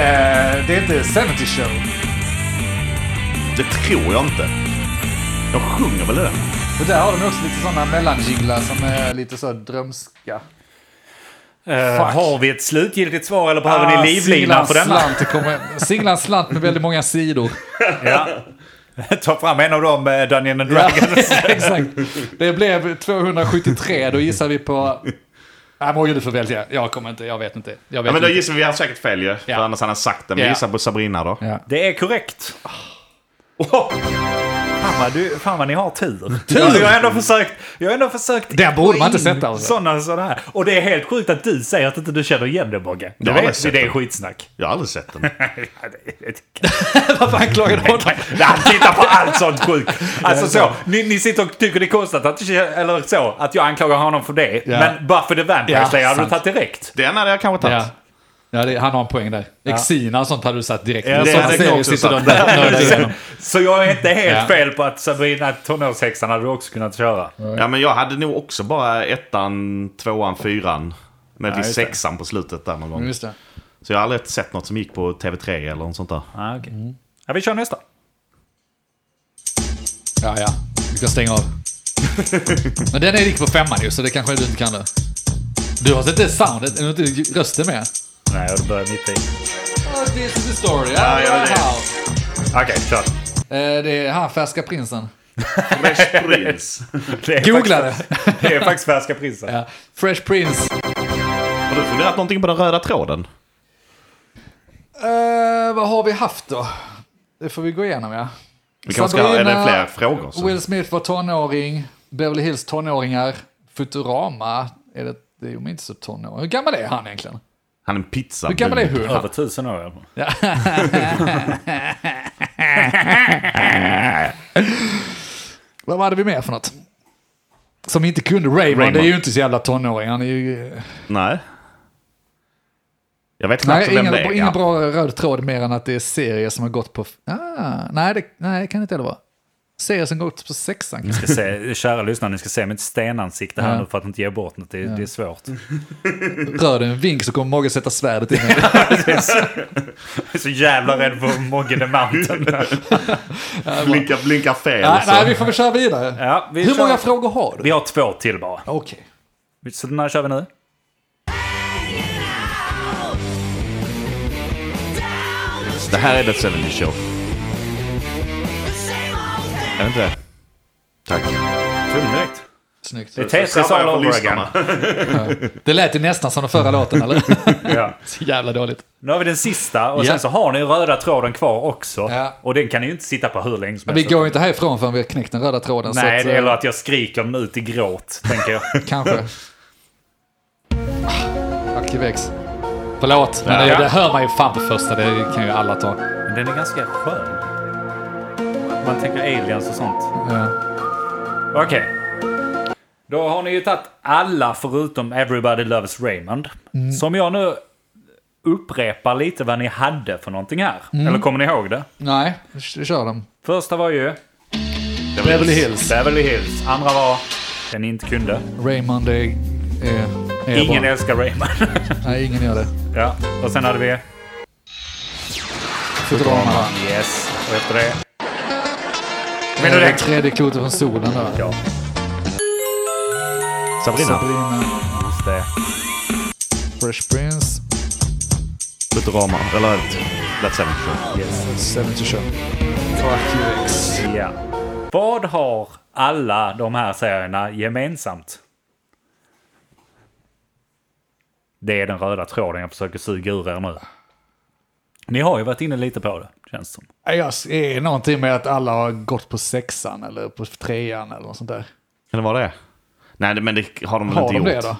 D: Det är inte 70 show.
B: Det tror jag inte. De sjunger väl i den?
D: Och där har de också lite sådana mellanjinglar som är lite så drömska.
A: Eh,
D: Fuck.
A: har vi ett slutgiltigt svar eller behöver ni livlinan
D: Singlan
A: på denna?
D: Ah, slant, det kommer, singlan slant med väldigt många sidor.
A: Ja. Ta fram en av dem, eh, Dungeon and Dragons.
D: Exakt. Det blev 273, då gissar vi på... Nej, Morgan, du får välja. Jag kommer inte, jag vet inte. Jag vet
B: Ja, men då
D: inte.
B: gissar vi, vi har säkert fel ju. För
D: Ja.
B: annars hade han sagt det. Men
D: Ja.
B: vi gissar på Sabrina då.
D: Ja.
A: Det är korrekt.
D: Oh.
B: Oho!
A: Fan vad, du, fan vad ni har tur. Jag, jag har ändå försökt... Jag har ändå försökt...
D: Det borde man inte
A: in
D: sätta, alltså.
A: Sådana, sådana här. Och det är helt sjukt att du säger att inte du känner igen det, Mogge. Det
B: Jag har
A: vet
B: aldrig
A: vi,
B: sett
A: det är
B: den.
A: skitsnack.
B: Jag har aldrig sett den.
A: Ja, det- det-
D: Varför anklagar du honom?
A: Han tittar på allt sånt sjukt. Alltså så, ni, ni sitter och tycker det är konstigt att, eller så, att jag anklagar honom för det.
D: Ja.
A: Men bara för The Vampire
D: Ja,
A: Slayer hade du
D: sant.
A: tagit direkt.
B: Den hade jag kanske tagit.
D: Ja. Ja, det, han har en poäng där. Exina och sånt hade du satt direkt.
A: Ja,
D: Ja,
A: det
D: sådana
B: hade jag
D: serier
B: också
D: sitter du
B: satt.
D: nöjd igenom.
A: Så jag är inte helt
D: Ja.
A: fel på att Sabrina tonårshäxan hade du också kunnat köra.
B: Ja, men jag hade nog också bara ettan, tvåan, fyran. Möjligtvis
A: just det.
B: sexan på slutet där någon gång.
D: Just det.
B: Så jag har aldrig sett något som gick på TV3 eller något sånt där.
A: Ah, okay. mm. ja, vi kör nästa.
D: Ja, ja. Vi kan stänga av. Men den är gick på femman ju, så det kanske du inte kan nu. Du har sett det soundet, eller inte rösten med?
A: Nej, jag börjar mitt i.
D: Oh, this is the story.
B: Ja, jag vet det.
A: Okej, kör.
D: Eh, Det är han, Färska Prinsen.
B: Fresh Prince.
A: Det är
D: Googla
A: faktiskt- Det är faktiskt Färska Prinsen.
D: Ja. Fresh Prince.
B: Har du funderat någonting på den röda tråden?
D: Eh, vad har vi haft då? Det får vi gå igenom ja.
B: Vi kanske ska ha är det fler frågor. Så.
D: Will Smith var tonåring, Beverly Hills tonåringar, Futurama, är det, det är ju inte så tonåring. Hur gammal är han egentligen?
B: Han är en pizza.
D: Hur gammal är hon?
A: Över tusen år i alla fall.
D: Vad hade vi mer för något? Som inte kunde Raymond,
B: Raymond.
D: det är ju inte så jävla tonåring. Han är ju...
B: Nej. Jag vet knappt
D: Nej,
B: vem
D: ingen,
B: det är.
D: ingen
B: Ja.
D: bra röd tråd mer än att det är serier som har gått på... Ah, nej, det, nej, det kan det inte heller vara. Serier som gått på sexan kanske.
A: Ska se, kära lyssnare, ni ska se mitt stenansikte här
D: Ja.
A: nu för att inte ge bort något. Det, det är svårt.
D: Rör den en vink så kommer Mogge sätta svärdet in i den.
A: Jag är så jävla rädd för Mogge the Mountain.
B: Blinka, blinka fel.
D: nej,
B: så.
D: nej, vi får väl köra vidare.
A: Ja, vi
D: Hur
A: kör-
D: många frågor har du?
A: Vi har två till bara.
D: Okej.
A: Så den här kör vi nu.
B: Det här är The 70 Show. Är det inte det? Tack.
A: Tum direkt.
D: Snyggt.
A: Det är Tetris all over again.
D: Det lät ju nästan som den förra låten, eller?
A: Ja.
D: Så jävla dåligt.
A: Nu har vi den sista och
D: Ja.
A: sen så har ni röda tråden kvar också.
D: Ja.
A: Och den kan ni ju inte sitta på hur länge som
D: Men vi
A: helst.
D: går ju inte härifrån förrän vi har knäckt den röda tråden.
A: Nej,
D: så
A: det
D: att,
A: är
D: eh,
A: eller att jag skriker den ut i gråt, tänker jag.
D: Kanske. Ah, Arkivex. Förlåt, men det,
A: Ja.
D: det hör man ju fan på första. Det kan ju alla ta.
A: Men den är ganska skön. Man tänker aliens och sånt.
D: Ja.
A: Okej. Då har ni ju tagit alla förutom Everybody Loves Raymond.
D: Mm.
A: Som jag nu upprepar lite vad ni hade för någonting här.
D: Mm.
A: Eller kommer ni ihåg det?
D: Nej, vi kör dem.
A: Första var ju
D: Beverly Hills.
A: Beverly Hills. Andra var den ni inte kunde.
D: Raymond är... är, eh, är
A: Ingen
D: bra.
A: älskar Raymond.
D: Nej, ingen gör det.
A: ja. Och sen hade vi
D: Futurama.
A: Yes. Och efter det...
D: Men
A: Men
D: det
A: nu
D: är
A: räcker
D: tredje klotet från solen där.
A: Ja. Sabrina.
D: Sabrina,
A: Just det.
D: Fresh Prince,
B: Futurama. Eller That 70 Show.
A: Yes.
D: 70 Show. Arkivex.
A: Ja. Vad har alla de här serierna gemensamt? Det är den röda tråden jag försöker suga ur er nu. Ni har ju varit inne lite på det, känns som.
D: Jag är någonting med att alla har gått på sexan eller på trean eller något sånt där.
B: Kan det vara det? Nej, det- men det har de väl
D: Har
B: inte
D: de
B: gjort?
D: det då?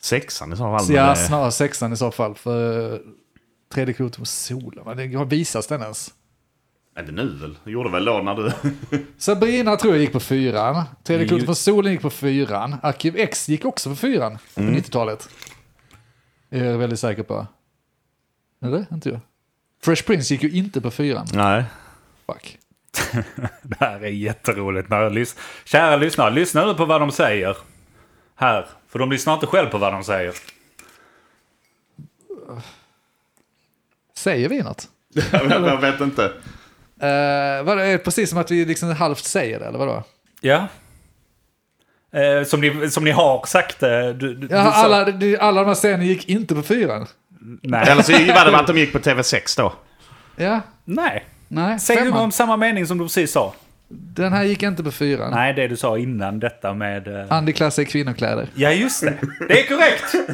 B: Sexan i så fall.
D: Så ja,
B: men, eh,
D: snarare sexan i så fall. För eh, tredje klotet på solen, vad det- vad visas den ens?
B: Är det nu väl? Det gjorde väl då när du...
D: Sabrina tror jag gick på fyran. Tredje
A: Ju-
D: klotet på solen gick på fyran. Arkiv X gick också på fyran på 90-talet. Är jag väldigt säker på. Eller? Inte jag. Fresh Prince gick ju inte på fyran.
B: Nej.
D: Fuck.
A: Det här är jätteroligt. När jag lys- Kära lyssnare, lyssna nu på vad de säger. Här. För de lyssnar inte själv på vad de säger.
D: Säger vi något?
B: jag vet inte.
D: Uh, vad är det precis som att vi liksom halvt säger det, eller vadå?
A: Ja. Eh, som, ni, som ni har sagt. Eh, du, du,
D: Ja,
A: du sa-
D: alla, de- alla de här scenerna gick inte på fyran.
A: Nej.
B: Eller så var det väl att de gick på TV6 då.
D: Ja,
A: Nej.
D: nej.
A: Säg ju
D: femman.
A: om samma mening som du precis sa.
D: Den här gick inte på fyran.
A: Nej, det du sa innan detta med... eh,
D: Underklass är kvinnokläder.
A: Ja, just det. Det är korrekt!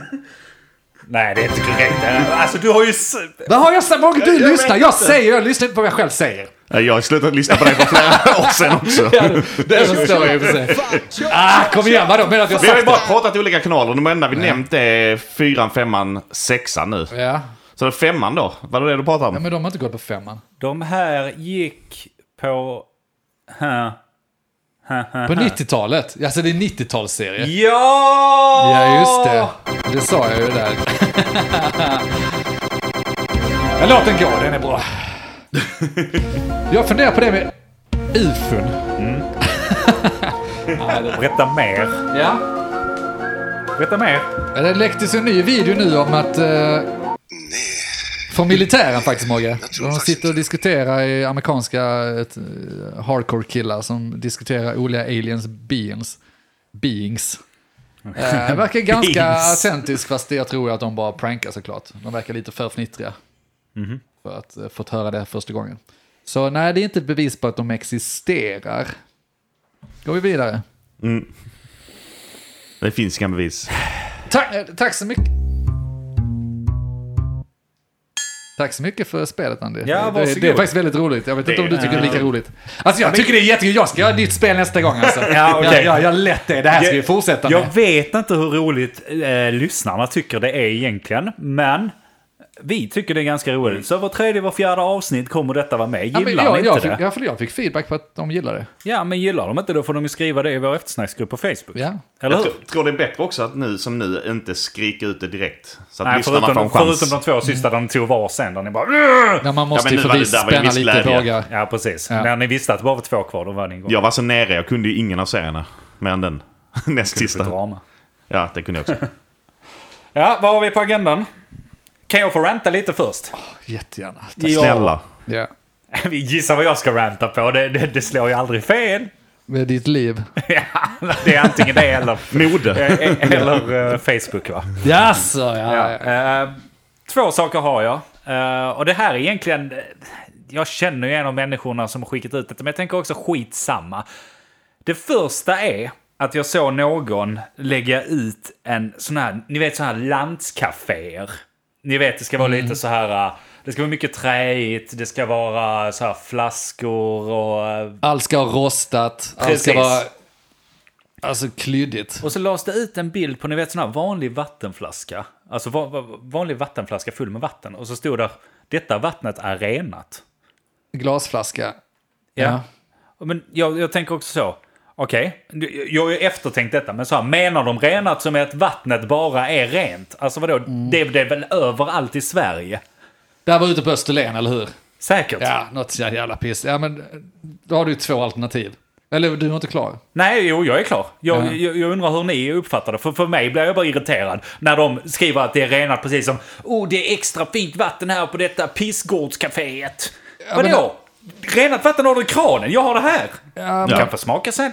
A: Nej, det är inte korrekt. Alltså, du har ju... s-
D: Vad har jag sagt? Mogge, du lyssnar. Jag säger, jag lyssnar inte på vad jag själv säger.
B: Nej, Jag har slutat lyssna på det för flera år sedan också.
D: Det förstår jag i och för sig. Ah, kom igen, vadå? Menar du att jag
B: Vi har ju
D: sagt
B: bara
D: det?
B: pratat i olika kanaler. De enda vi nämnt är fyran, femman, sexan nu.
D: Ja,
B: Så det är femman då? Var det det du pratade
D: Ja,
B: om?
D: men de har inte gått på femman.
A: De här gick på... Huh.
D: På 90-talet. Alltså det är 90-talsserie.
A: Ja!
D: Ja, just det. Det sa jag ju där. Men låt den gå, den är bra. Jag funderar på det med ufon.
A: Berätta mer.
D: Ja.
A: Berätta mer.
D: Ja, Det läcktes en ny video nu om att... Eh, från militären faktiskt, Mogge. De sitter och diskuterar i amerikanska ett, eh, hardcore-killar som diskuterar olika aliens beings. Beings. Eh, verkar ganska
A: Beings.
D: autentisk, fast det- jag tror att de bara prankar såklart. De verkar lite för fnittriga. För att eh, fått höra det här första gången. Så nej, det är inte ett bevis på att de existerar. Går vi vidare.
B: Det finns inga bevis.
D: Tack, eh, tack så mycket. Tack så mycket för spelet Andy.
A: Ja,
D: det, det, det är
A: varsågod.
D: faktiskt väldigt roligt. Jag vet inte om du tycker det är lika roligt. Alltså jag tycker det är jättekul. Jag ska göra ett nytt spel nästa gång alltså.
A: Ja, okej.
D: jag, jag, jag lätt det. Det här ska vi fortsätta med.
A: Jag vet inte hur roligt eh, lyssnarna tycker det är egentligen, men vi tycker det är ganska
B: Mm.
A: roligt. Så var tredje, var fjärde avsnitt kommer detta vara med.
D: Ja, men
A: Gillar
D: jag,
A: ni inte
D: jag,
A: det?
D: fick, ja, för jag fick feedback på att de gillar det.
A: Ja, men gillar de inte då får de ju skriva det i vår eftersnacksgrupp på Facebook.
D: Ja.
A: Eller
B: Jag
A: hur?
B: tror, tror det är bättre också att nu som nu inte skrika ut det direkt. Så att
A: Nej,
B: lyssnarna får en
A: förutom,
B: chans.
A: förutom de
D: Mm.
A: två sista de tog var sen. Där ni bara...
D: När man måste
B: men
D: ju
B: nu
D: för
B: var det-
D: visst
B: där var ju
D: spänna
B: viss
D: lite
B: glädje.
D: bågar.
A: Ja, precis.
D: Ja.
A: När ni visste att det bara var två kvar, då var ni igång.
B: Jag var så nere, jag kunde ju ingen av serierna. Mer än den näst
A: För
B: sista.
A: drama.
B: Ja, det kunde jag också.
A: Ja, vad har vi på agendan? Kan jag få ranta lite först?
D: Jättegärna.
A: Ja.
B: Snälla.
D: Ja.
A: Vi gissar vad jag ska ranta på. Det, det, det slår ju aldrig fel.
D: Med ditt liv.
A: Ja, det är antingen det eller,
B: Mode.
A: eller eh, Facebook va?
D: Jaså, ja. ja.
A: Eh, två saker har jag. Eh, och det här är egentligen... eh, Jag känner ju en av människorna som har skickat ut det, men jag tänker också skitsamma. Det första är att jag såg någon lägga ut en sån här, ni vet sån här landscaféer. Ni vet det ska vara lite så här, eh, det ska vara mycket träigt, det ska vara så här flaskor och... eh,
D: Allt ska ha rostat. Allt ska
A: Precis.
D: vara... Alltså klyddigt.
A: Och så lades det ut en bild på ni vet sån här vanlig vattenflaska. Alltså va- va- vanlig vattenflaska full med vatten. Och så stod där, detta vattnet är renat.
D: Glasflaska.
A: Ja. Men jag, jag tänker också så. Okej, du- jag har ju eftertänkt detta, men så här, menar de renat som är att vattnet bara är rent? Alltså vadå, det, det är väl överallt i Sverige?
D: Det här var ute på Österlen, eller hur?
A: Säkert.
D: Ja, något sånt jävla piss. Ja, men då har du ju två alternativ. Eller du är inte klar.
A: Nej, jo, jag är klar. Jag,
D: Ja.
A: jag, jag undrar hur ni uppfattar det, för för mig blir jag bara irriterad när de skriver att det är renat precis som oh, det är extra fint vatten här på detta pissgårdscaféet. Vadå? Renat vatten har du i kranen, jag har det här.
D: Ja,
A: Du kan få smaka sen.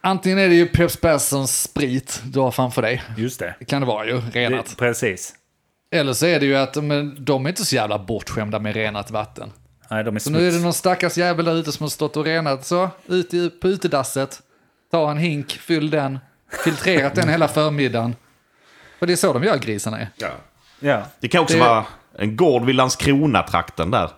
D: Antingen är det ju Peps Perssons sprit du har framför dig.
A: Just det.
D: Det kan det vara ju, renat.
A: det precis.
D: Eller så är det ju att men, de är inte så jävla bortskämda med renat vatten.
A: Nej, de är
D: Så nu är det
A: smuts.
D: någon stackars jävel där ute som har stått och renat så, ut i, på utedasset. Ta en hink, fyll den, filtrerat den hela förmiddagen. För det är så de gör grisarna ju.
A: Ja.
B: Det kan också
D: Det-
B: vara en gård vid Landskrona-trakten där.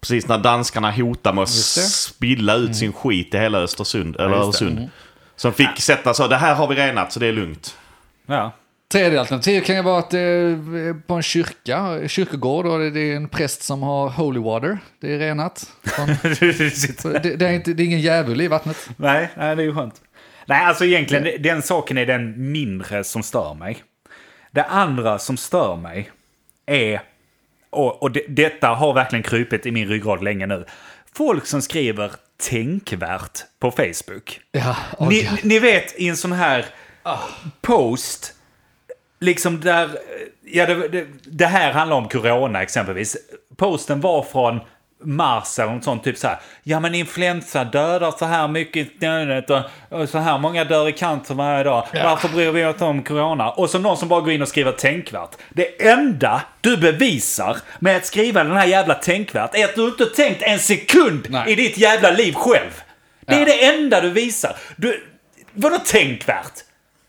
B: Precis när danskarna hotar med att
D: det.
B: spilla ut sin skit i hela Östersund. Eller
A: Mm. just det. Mm.
B: Öresund. Som fick sätta så, det här har vi renat så det är lugnt.
A: ja.
D: Tredje alternativ kan ju vara att det är på en kyrka, kyrkogård och det är en präst som har holy water. Det är renat. Från-
A: Du sitter-
D: Det, det, är, inte, det är ingen djävul i vattnet.
A: nej, nej, det är ju skönt. Nej, alltså egentligen, det- den saken är den mindre som stör mig. Det andra som stör mig är, och, och det, detta har verkligen krypit i min ryggrad länge nu, folk som skriver tänkvärt på Facebook.
D: Ja, åh,
A: ni,
D: gud.
A: ni vet i en sån här post, liksom där, eh, ja det, det, det här handlar om corona exempelvis. Posten var från mars eller något sånt, typ så här. Ja men influensa dödar så här mycket i dödet och, och så här många dör i cancer varje dag. Varför bryr vi oss om corona? Och som någon som bara går in och skriver tänkvärt. Det enda du bevisar med att skriva den här jävla tänkvärt är att du inte tänkt en sekund
D: Nej.
A: i ditt jävla liv själv. Det är
D: Ja.
A: det enda du visar. Du, vadå tänkvärt?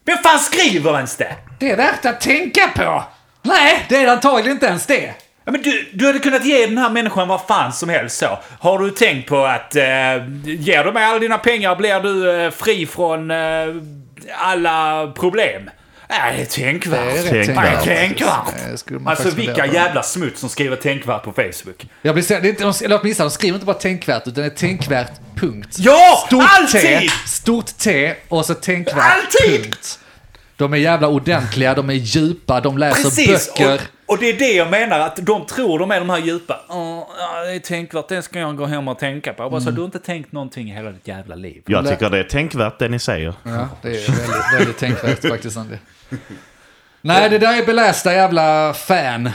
A: Vem fan skriver ens det?
D: Det är värt att tänka på! Nej, det är det antagligen inte ens det.
A: Ja, men du, du hade kunnat ge den här människan vad fan som helst så. Har du tänkt på att eh, ger du mig alla dina pengar blir du eh, fri från eh, alla problem? Nej, det är tänkvärt.
D: Det är rätt
B: Tänkvärt.
A: Nej,
D: tänkvärt.
A: tänkvärt.
D: Det skulle man
A: Alltså
D: faktiskt
A: vilka
D: fundera på.
A: jävla smuts som skriver tänkvärt på Facebook.
D: Jag blir sen, det är inte, de, eller åtminstone, de skriver inte bara tänkvärt, utan det är tänkvärt, punkt.
A: Ja,
D: T,
A: alltid!
D: stort T och så tänkvärt,
A: Alltid!
D: punkt. De är jävla ordentliga, de är djupa, de läser
A: Precis,
D: Alltså, böcker.
A: och, och det är det jag menar, att de tror de är de här djupa. "Åh, ja, det är tänkvärt, det ska jag gå hem och tänka på. Jag Bara,
D: Mm.
A: så, du har inte tänkt någonting i hela ditt jävla liv.
B: Jag tycker det är tänkvärt det ni säger.
D: Ja, det är väldigt, väldigt tänkvärt faktiskt, Andy. Nej, det där är belästa jävla fan.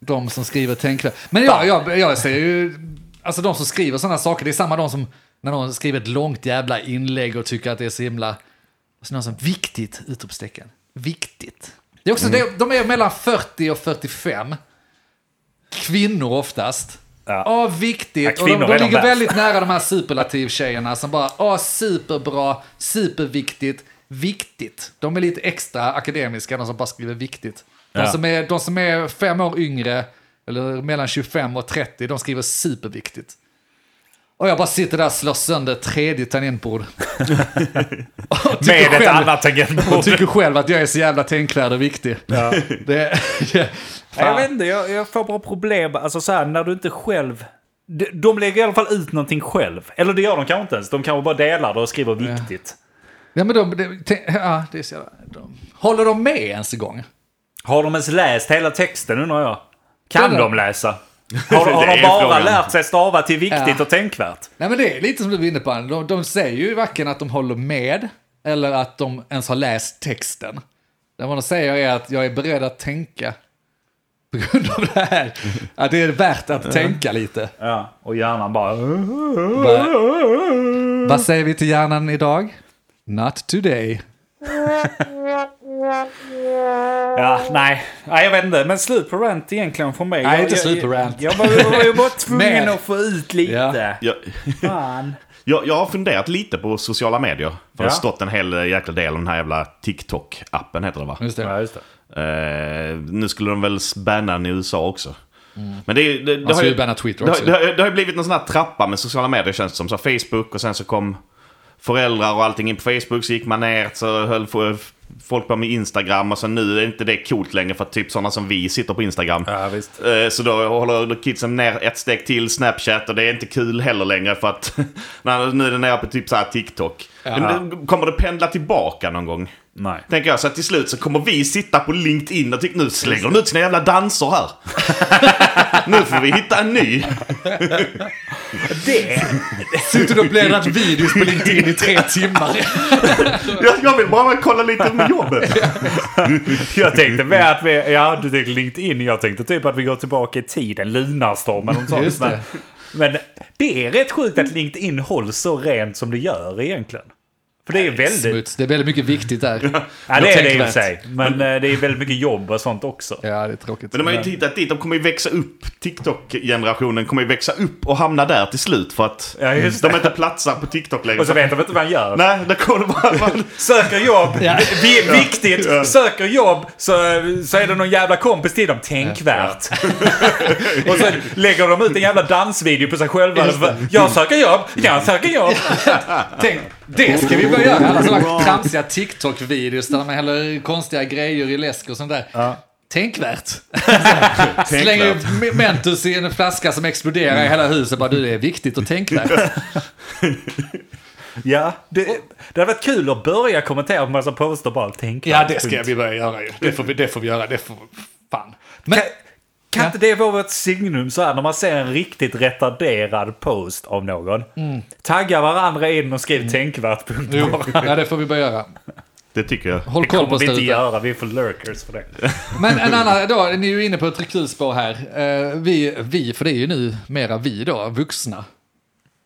D: De som skriver tänkvärt. Men jag, jag, jag ser ju, alltså de som skriver sådana saker, det är samma de som, när någon skriver ett långt jävla inlägg och tycker att det är så himla, och så någon som, viktigt, utropstecken. Viktigt. Det är också det, de är mellan 40 och 45. Kvinnor oftast. Åh, viktigt.
A: Ja,
D: och de,
A: kvinnor
D: de
A: är de
D: ligger
A: värst.
D: väldigt nära de här superlativ-tjejerna som bara, åh, superbra, superviktigt, viktigt. De är lite extra akademiska, de som bara skriver viktigt. De,
A: Ja.
D: som, är, de som är fem år yngre, eller mellan 25 och 30, de skriver superviktigt. Och jag bara sitter där och slår sönder tredje tangentbord. Och tycker
A: Med ett
D: själv-
A: annat
D: Och
A: tangentbord.
D: tycker själv att jag är så jävla tänkvärd och viktig. Det, det,
A: Nej, Jag
D: fan.
A: vet inte, jag, jag får bara problem. Alltså så här, när du inte själv... De, de lägger i alla fall ut någonting själv. Eller det gör de kanske inte ens. De kanske bara delar det och skriver viktigt.
D: Ja, men de, de, te, ja, det är så jävla, de, Håller de med ens en gång?
A: Har de ens läst hela texten undrar jag? Kan
D: Det är-
A: de läsa? Har, har
B: Det
A: de
B: är
A: bara
B: frågan.
A: lärt sig stava till viktigt
D: Ja.
A: och tänkvärt?
D: Nej, men det är lite som du var inne på. De, de säger ju varken att de håller med eller att de ens har läst texten. Det vad de säger är att jag är beredd att tänka på grund av det här. Att det är värt att tänka lite.
A: Ja, och hjärnan bara...
D: Vad, vad säger vi till hjärnan idag? Not today.
A: Ja, nej. nej, jag vet inte. Men slut på rant egentligen för mig.
D: Nej,
A: jag,
D: inte
A: jag-
D: slut på rant.
A: Jag, jag, jag, var- jag var bara tvungen
D: Men-
A: att få ut lite.
B: Jag,
A: Fan.
B: jag, jag har funderat lite på sociala medier. För Det har
A: Ja.
B: stått en hel jäkla del om den här jävla TikTok-appen heter det va?
D: Just det.
A: Ja, just det.
B: Eh, nu skulle de väl banna den i USA också. Men det, är ju- det, det,
D: Mm. Man
B: har
D: ska
B: ju,
D: ju banna Twitter
B: det, har,
D: också.
B: det, har, det har ju blivit någon sån här trappa med sociala medier känns det som. Så här Facebook och sen så kom föräldrar och allting in på Facebook. Så gick man ner så höll fo- folk på med Instagram. Och sen nu är inte det coolt längre för att typ sådana som vi sitter på Instagram.
A: Ja, visst.
B: Eh, Så då håller kidsen ner ett steg till Snapchat och det är inte kul heller längre för att när- nu är det nere på typ så här TikTok. Men det- Kommer det pendla tillbaka någon gång?
A: Nej.
B: Tänker jag, så att till slut så kommer vi sitta på LinkedIn och tycka nu slänger de ut sina jävla danser här. nu får vi hitta en ny.
D: Suttit och bläddrat videos på LinkedIn i tre timmar.
B: Jag, jag vill bara kolla lite med jobbet.
A: Jag tänkte med att vi, ja du tänkte LinkedIn, jag tänkte typ att vi går tillbaka i tiden, lunarstorm eller något sånt.
D: Just det.
A: Men, men det är rätt sjukt att LinkedIn hålls så rent som det gör egentligen. För det är väldigt,
D: Smuts. Det är väldigt mycket viktigt där.
A: ja det är det i och
D: Tänkvärt.
A: för sig, men eh, det är väldigt mycket jobb och sånt också.
D: Ja, det är tråkigt.
B: Men de har ju inte hittat dit, de kommer ju växa upp. TikTok-generationen kommer ju växa upp och hamna där till slut för att
A: Ja, just
B: de inte platsar på TikTok längre.
A: Och så vet de inte vad han gör.
B: Nej, det kommer bara... bara
A: Söker jobb,
D: Ja.
A: det är viktigt. Söker jobb så, så är det någon jävla kompis till dem, tänkvärt. Och så lägger de ut en jävla dansvideo på sig själva. Jag söker jobb, jag söker jobb.
D: Tänk, det ska vi börja göra. Alla sådana tramsiga TikTok-videos där man häller i konstiga grejer i läsk och sånt där. Tänkvärt. Slänger ju me- Mentos i en flaska som exploderar i hela huset. Bara du, det är viktigt och tänkvärt.
A: Ja, det, det hade varit kul att börja kommentera på massa poster bara tänk.
D: vi börja göra ju. Det får vi, det får vi göra. Det får fan. Men,
A: Kan, kan inte det vara vårt signum så här när man ser en riktigt retarderad post av någon? Tagga varandra in och skriv tänkvärt punkt
D: jo,
A: bara.
D: ja, det får Mm. vi börja göra.
B: det tycker jag.
D: Håll
A: Det
D: koll på
A: kommer
D: oss
A: vi
D: där
A: inte
D: ute.
A: göra, vi är för lurkers för det.
D: Men en annan, då, ni är ju inne på ett kul spår här. Eh, vi, vi, för det är ju nu mera vi då, vuxna.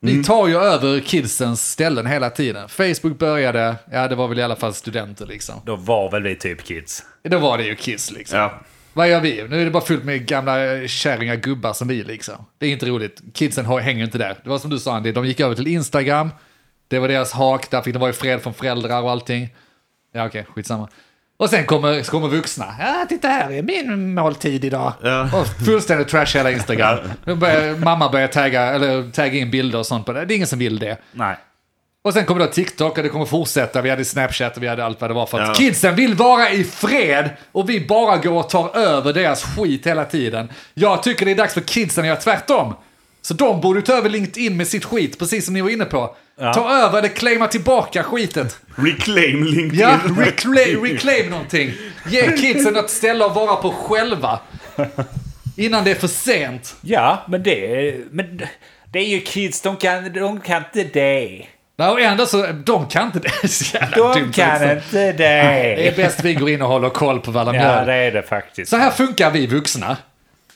D: Ni tar ju över kidsens ställen hela tiden. Facebook började, ja det var väl i alla fall studenter liksom.
A: Då var väl vi typ kids.
D: Då var det ju kids liksom.
B: Ja.
D: Vad gör vi? Nu är det bara fullt med gamla eh, kärringar, gubbar som vi liksom. Det är inte roligt. Kidsen har- hänger inte där. Det var som du sa Andy, de gick över till Instagram. Det var deras hak, där fick de vara i fred från föräldrar och allting. Ja okej, skitsamma. Och sen kommer, så kommer vuxna. Ja, titta här är min måltid idag. Och fullständigt trash hela Instagram. Nu börjar, mamma börjar tagga, eller tagga in bilder och sånt på det. Det är ingen som vill det.
A: Nej.
D: Och sen kommer då TikTok och det kommer fortsätta. Vi hade Snapchat och vi hade allt vad det var för att
B: Ja.
D: kidsen vill vara i fred och vi bara går och tar över deras skit hela tiden. Jag tycker det är dags för kidsen att göra tvärtom. Så de borde ta över LinkedIn med sitt skit, precis som ni var inne på. Ta över det, claima tillbaka skitet.
B: Reclaim LinkedIn.
D: Ja, reclaim, reclaim någonting. Ge kidsen något ställe att vara på själva. Innan det är för sent.
A: Ja, men det, men det är ju kids, de kan, de kan inte det.
D: Nej, och ändå så, de kan inte det. Det är så jävla dumt
A: De
D: också.
A: kan inte
D: Det är
A: det.
D: bäst vi går in och håller koll på vad de
A: Ja,
D: gör.
A: det är det faktiskt.
D: Så här funkar vi vuxna.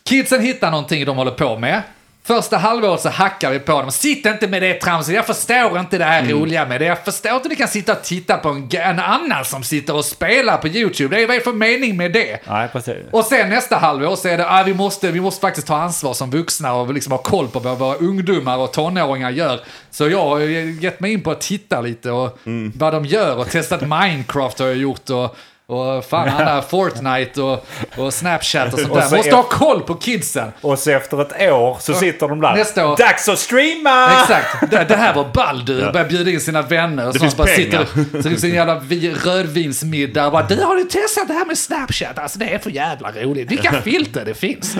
D: Kidsen hittar någonting de håller på med. Första halvåret så hackar vi på dem. Sitt inte med det tramset, jag förstår inte det här roliga med det. Jag förstår inte hur ni kan sitta och titta på en, en annan som sitter och spelar på YouTube. Det är, vad är det för mening med det?
A: Nej, precis.
D: Och sen nästa halvår så är det, ah, vi, måste, vi måste faktiskt ta ansvar som vuxna och liksom ha koll på vad våra ungdomar och tonåringar gör. Så jag har ju gett mig in på att titta lite och
A: Mm.
D: vad de gör och testat Minecraft har jag gjort och, och fan alla Fortnite och, och Snapchat och sånt
A: Och
D: där.
A: så
D: Måste
A: är-
D: ha koll på kidsen.
A: Och så efter ett år så sitter de där.
D: Nästa år.
A: Dags att streama!
D: Exakt, det, det här var ball du. Börjar bjuda in sina vänner. Och det
B: finns
D: bara
B: pengar.
D: Sitter, så det är en jävla vi, rödvinsmiddag och bara du har du testat det här med Snapchat? Alltså det är för jävla roligt. Vilka filter det finns.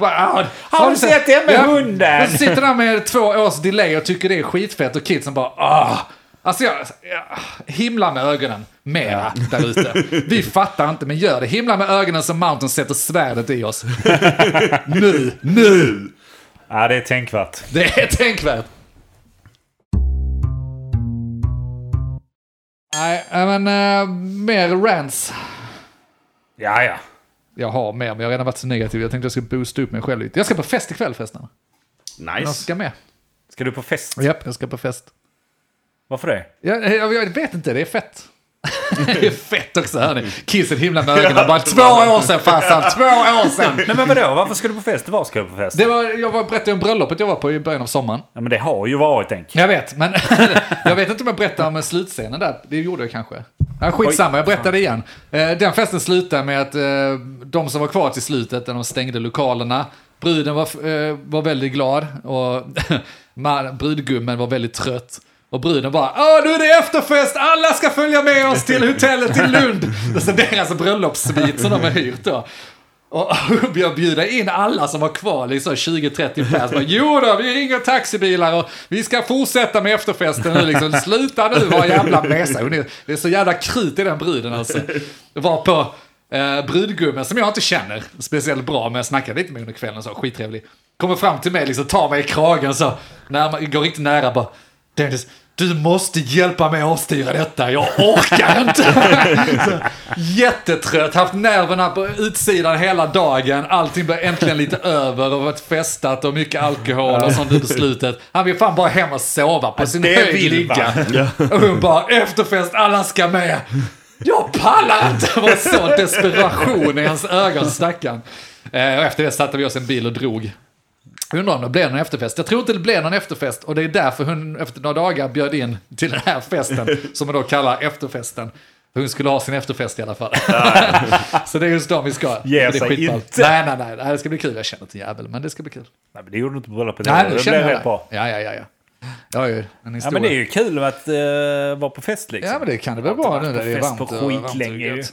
D: Bara, "Ah,
A: Har du sett det med hunden?"
D: Och så sitter där med två års delay och tycker det är skitfett och kidsen bara ah. Alltså jag, jag himla med ögonen mera där ute. Vi fattar inte men gör det. Himla med ögonen som Mountain sätter svärdet i oss. nu, nu!
A: Ja, det är tänkvärt.
D: Det är tänkvärt. Nej, äh, men eh, mer rants.
A: Ja, ja.
D: Jag har mer, men jag har redan varit så negativ. Jag tänkte jag skulle boosta upp mig själv lite. Jag ska på fest ikväll förresten. Jag
B: Nice.
D: ska med.
A: Ska du på fest?
D: Japp, jag ska på fest.
A: Varför det?
D: Jag, eh, jag, jag vet inte, det är fett. det är fett också, hör ni. Kissen himla med ögonen. Bara två år sedan farsan, två år sedan.
A: Nej men vadå, varför ska du på fest? Var ska du på fest?
D: Det var, jag var- berättade om bröllopet jag var på i början av sommaren.
A: Ja, men det har ju varit en
D: Jag vet, men jag vet inte om jag berättar om slutscenen där. Det gjorde jag kanske. Ja, skitsamma, jag berättade igen. Eh, Den festen slutade med att eh, de som var kvar till slutet, när de stängde lokalerna, bruden var, eh, var väldigt glad och man, brudgummen var väldigt trött. Och bruden bara, Åh, nu är det efterfest, alla ska följa med oss till hotellet till Lund. Det är deras bröllopssvit som de har hyrt då. Och jag bjuda in alla som var kvar, liksom 20-30 pers. Bara, Jo då, vi ringer taxibilar och vi ska fortsätta med efterfesten nu liksom. Sluta nu vara jävla mesa. Hon är- Det är så jävla krut i den bruden alltså. Var på eh, brudgummen, som jag inte känner speciellt bra, men jag snackade lite med under kvällen så, skittrevlig. Kommer fram till mig, liksom tar mig i kragen så, när man går riktigt nära bara, Dennis, du måste hjälpa mig att avstyra detta, jag orkar inte. Jättetrött, haft nerverna på utsidan hela dagen. Allting blev äntligen lite över och varit festat och mycket alkohol och sånt nu på slutet. Han vill fan bara hem och sova på sin
A: det
D: höjd
A: vill
D: ligga. Och hon bara, efterfest, alla ska med. Jag pallar inte! Det var så desperation i hans ögon, stackarn. Eh, Och efter det satte vi oss i en bil och drog. Undrar om det blev någon efterfest. Jag tror inte det blev någon efterfest och det är därför hon efter några dagar bjöd in till den här festen som man då kallar efterfesten. Hon skulle ha sin efterfest i alla fall. så det är just dem vi ska.
A: Ge
D: det är
A: sig
D: skitballt.
A: inte.
D: Nej, nej, nej. Det ska bli kul. Jag känner inte en jävel, men det ska bli kul.
A: Nej, men det gjorde du inte på bröllopet.
D: Nej, nu
A: det
D: känner
A: blev
D: jag
A: rätt
D: det.
A: bra.
D: Ja, ja, ja. ja. Jag har ju en
A: Ja,
D: historia.
A: men det är ju kul att eh, vara på fest liksom.
D: Ja, men det kan det väl
A: Jag har
D: vara
A: inte
D: nu
A: varit på
D: när det är varmt
A: fest på
D: och, varmt och
A: skitlänge ju.
D: gött.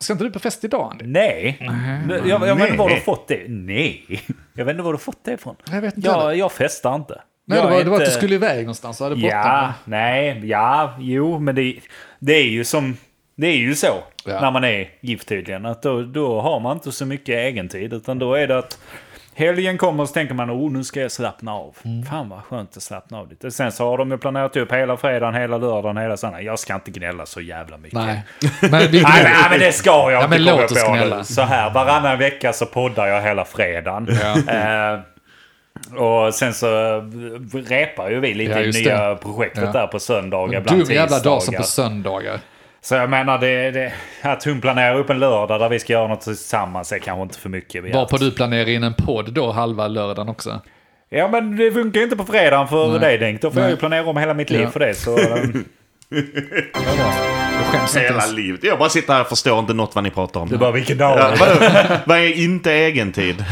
D: Ska inte du på fest idag, Andy?
A: Nej.
D: Mm.
A: Jag, jag vet inte var du har fått det. Nej. Jag vet inte var du har fått det ifrån.
D: Jag vet inte heller.
A: Jag, jag festar inte.
D: Nej,
A: jag
D: det var,
A: är
D: det var att du
A: inte-
D: skulle iväg någonstans och hade bråttom.
A: Ja, nej, ja, jo, men det, det är ju som... Det är ju så
D: Ja.
A: när man är gift tydligen. Att då, då har man inte så mycket egentid. Utan då är det att helgen kommer och så tänker man oh, nu ska jag slappna av.
D: Mm.
A: Fan vad skönt att slappna av lite. Sen så har de ju planerat upp hela fredagen, hela lördagen, hela söndagen. Jag ska inte gnälla så jävla mycket.
D: Nej. Men vi,
A: Nej, men, nej, men det ska jag inte
D: men
A: komma
D: låt oss
A: på
D: gnälla.
A: nu. Så här, varannan vecka så poddar jag hela fredagen. Eh, och sen så eh, repar ju vi lite
D: Ja,
A: i
D: just
A: nya
D: det.
A: projektet
D: Ja.
A: där på söndagar, ibland
D: Dum jävla dag som
A: tisdagar.
D: på söndagar.
A: Så jag menar, det, det, att hon planerar upp en lördag där vi ska göra något tillsammans är kanske inte för mycket begärt.
D: Varpå du planerar in en podd då halva lördagen också.
A: Ja, men det funkar ju inte på fredagen för dig Denk. Då får jag ju planera om hela mitt liv
D: Ja.
A: för det. Så, eh,
D: Jag skäms inte
B: Hela
D: ens.
B: livet. Jag bara sitter här och förstår inte något vad ni pratar om.
A: det bara, vilken dag?
B: Ja, vadå? Vad är inte egentid?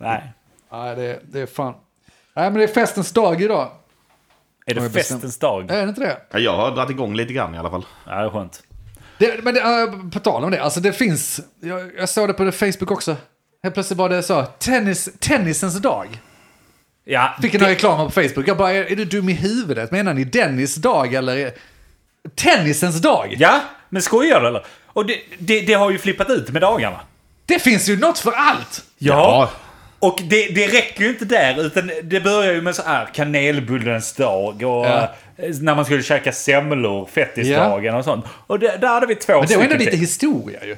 A: Nej.
D: Nej, det, det är fan. Nej, men det är festens dag idag.
A: Är
D: Har
A: det
D: jag bestämt- Eh.
A: festens dag?
D: Är det inte det?
B: Ja, jag har dragit igång lite grann i alla fall.
A: Ja, det är skönt.
D: det men det, äh, på tal om det, alltså det finns. Jag, jag såg det på Facebook också. Helt plötsligt var det så. Tennis, tennisens dag.
A: Ja,
D: Fick en reklam på Facebook. Jag bara, är, är du dum i huvudet? Menar ni Dennis dag eller? är- Tennisens dag?
A: Ja, men skojar du eller? Och det, det, det har ju flippat ut med dagarna.
D: Det finns ju något för allt!
A: Ja. Och det, det räcker ju inte där, utan det börjar ju med så här kanelbullens dag och
D: Ja.
A: eh, när man skulle käka semlor, fettisdagen och sånt. Och det, där hade vi två
D: Men det var ändå
A: till.
D: lite historia ju.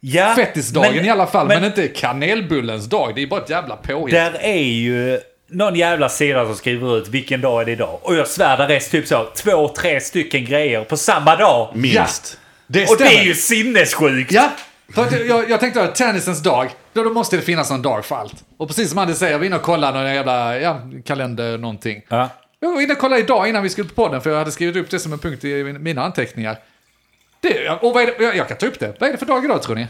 A: Ja,
D: Fettisdagen
A: men-
D: i alla fall, men,
A: men-
D: inte kanelbullens dag. Det är bara ett jävla påhitt.
A: Där är ju någon jävla sida som skriver ut vilken dag är det idag. Och jag svär, där är typ så två, tre stycken grejer på samma dag.
B: Minst.
D: Det
A: Och det är
D: stämmer.
A: ju sinnessjukt!
D: Ja, för att jag, jag tänkte att tennisens dag, då, då måste det finnas någon dag för allt. Och precis som Anders säger, jag var inne och kollade någon jävla ja, kalender någonting.
A: Ja.
D: Jag var inne och kollade idag innan vi skulle på podden, för jag hade skrivit upp det som en punkt i min- mina anteckningar. Det, och vad är det, jag, jag kan ta upp det. Vad är det för dag idag tror ni?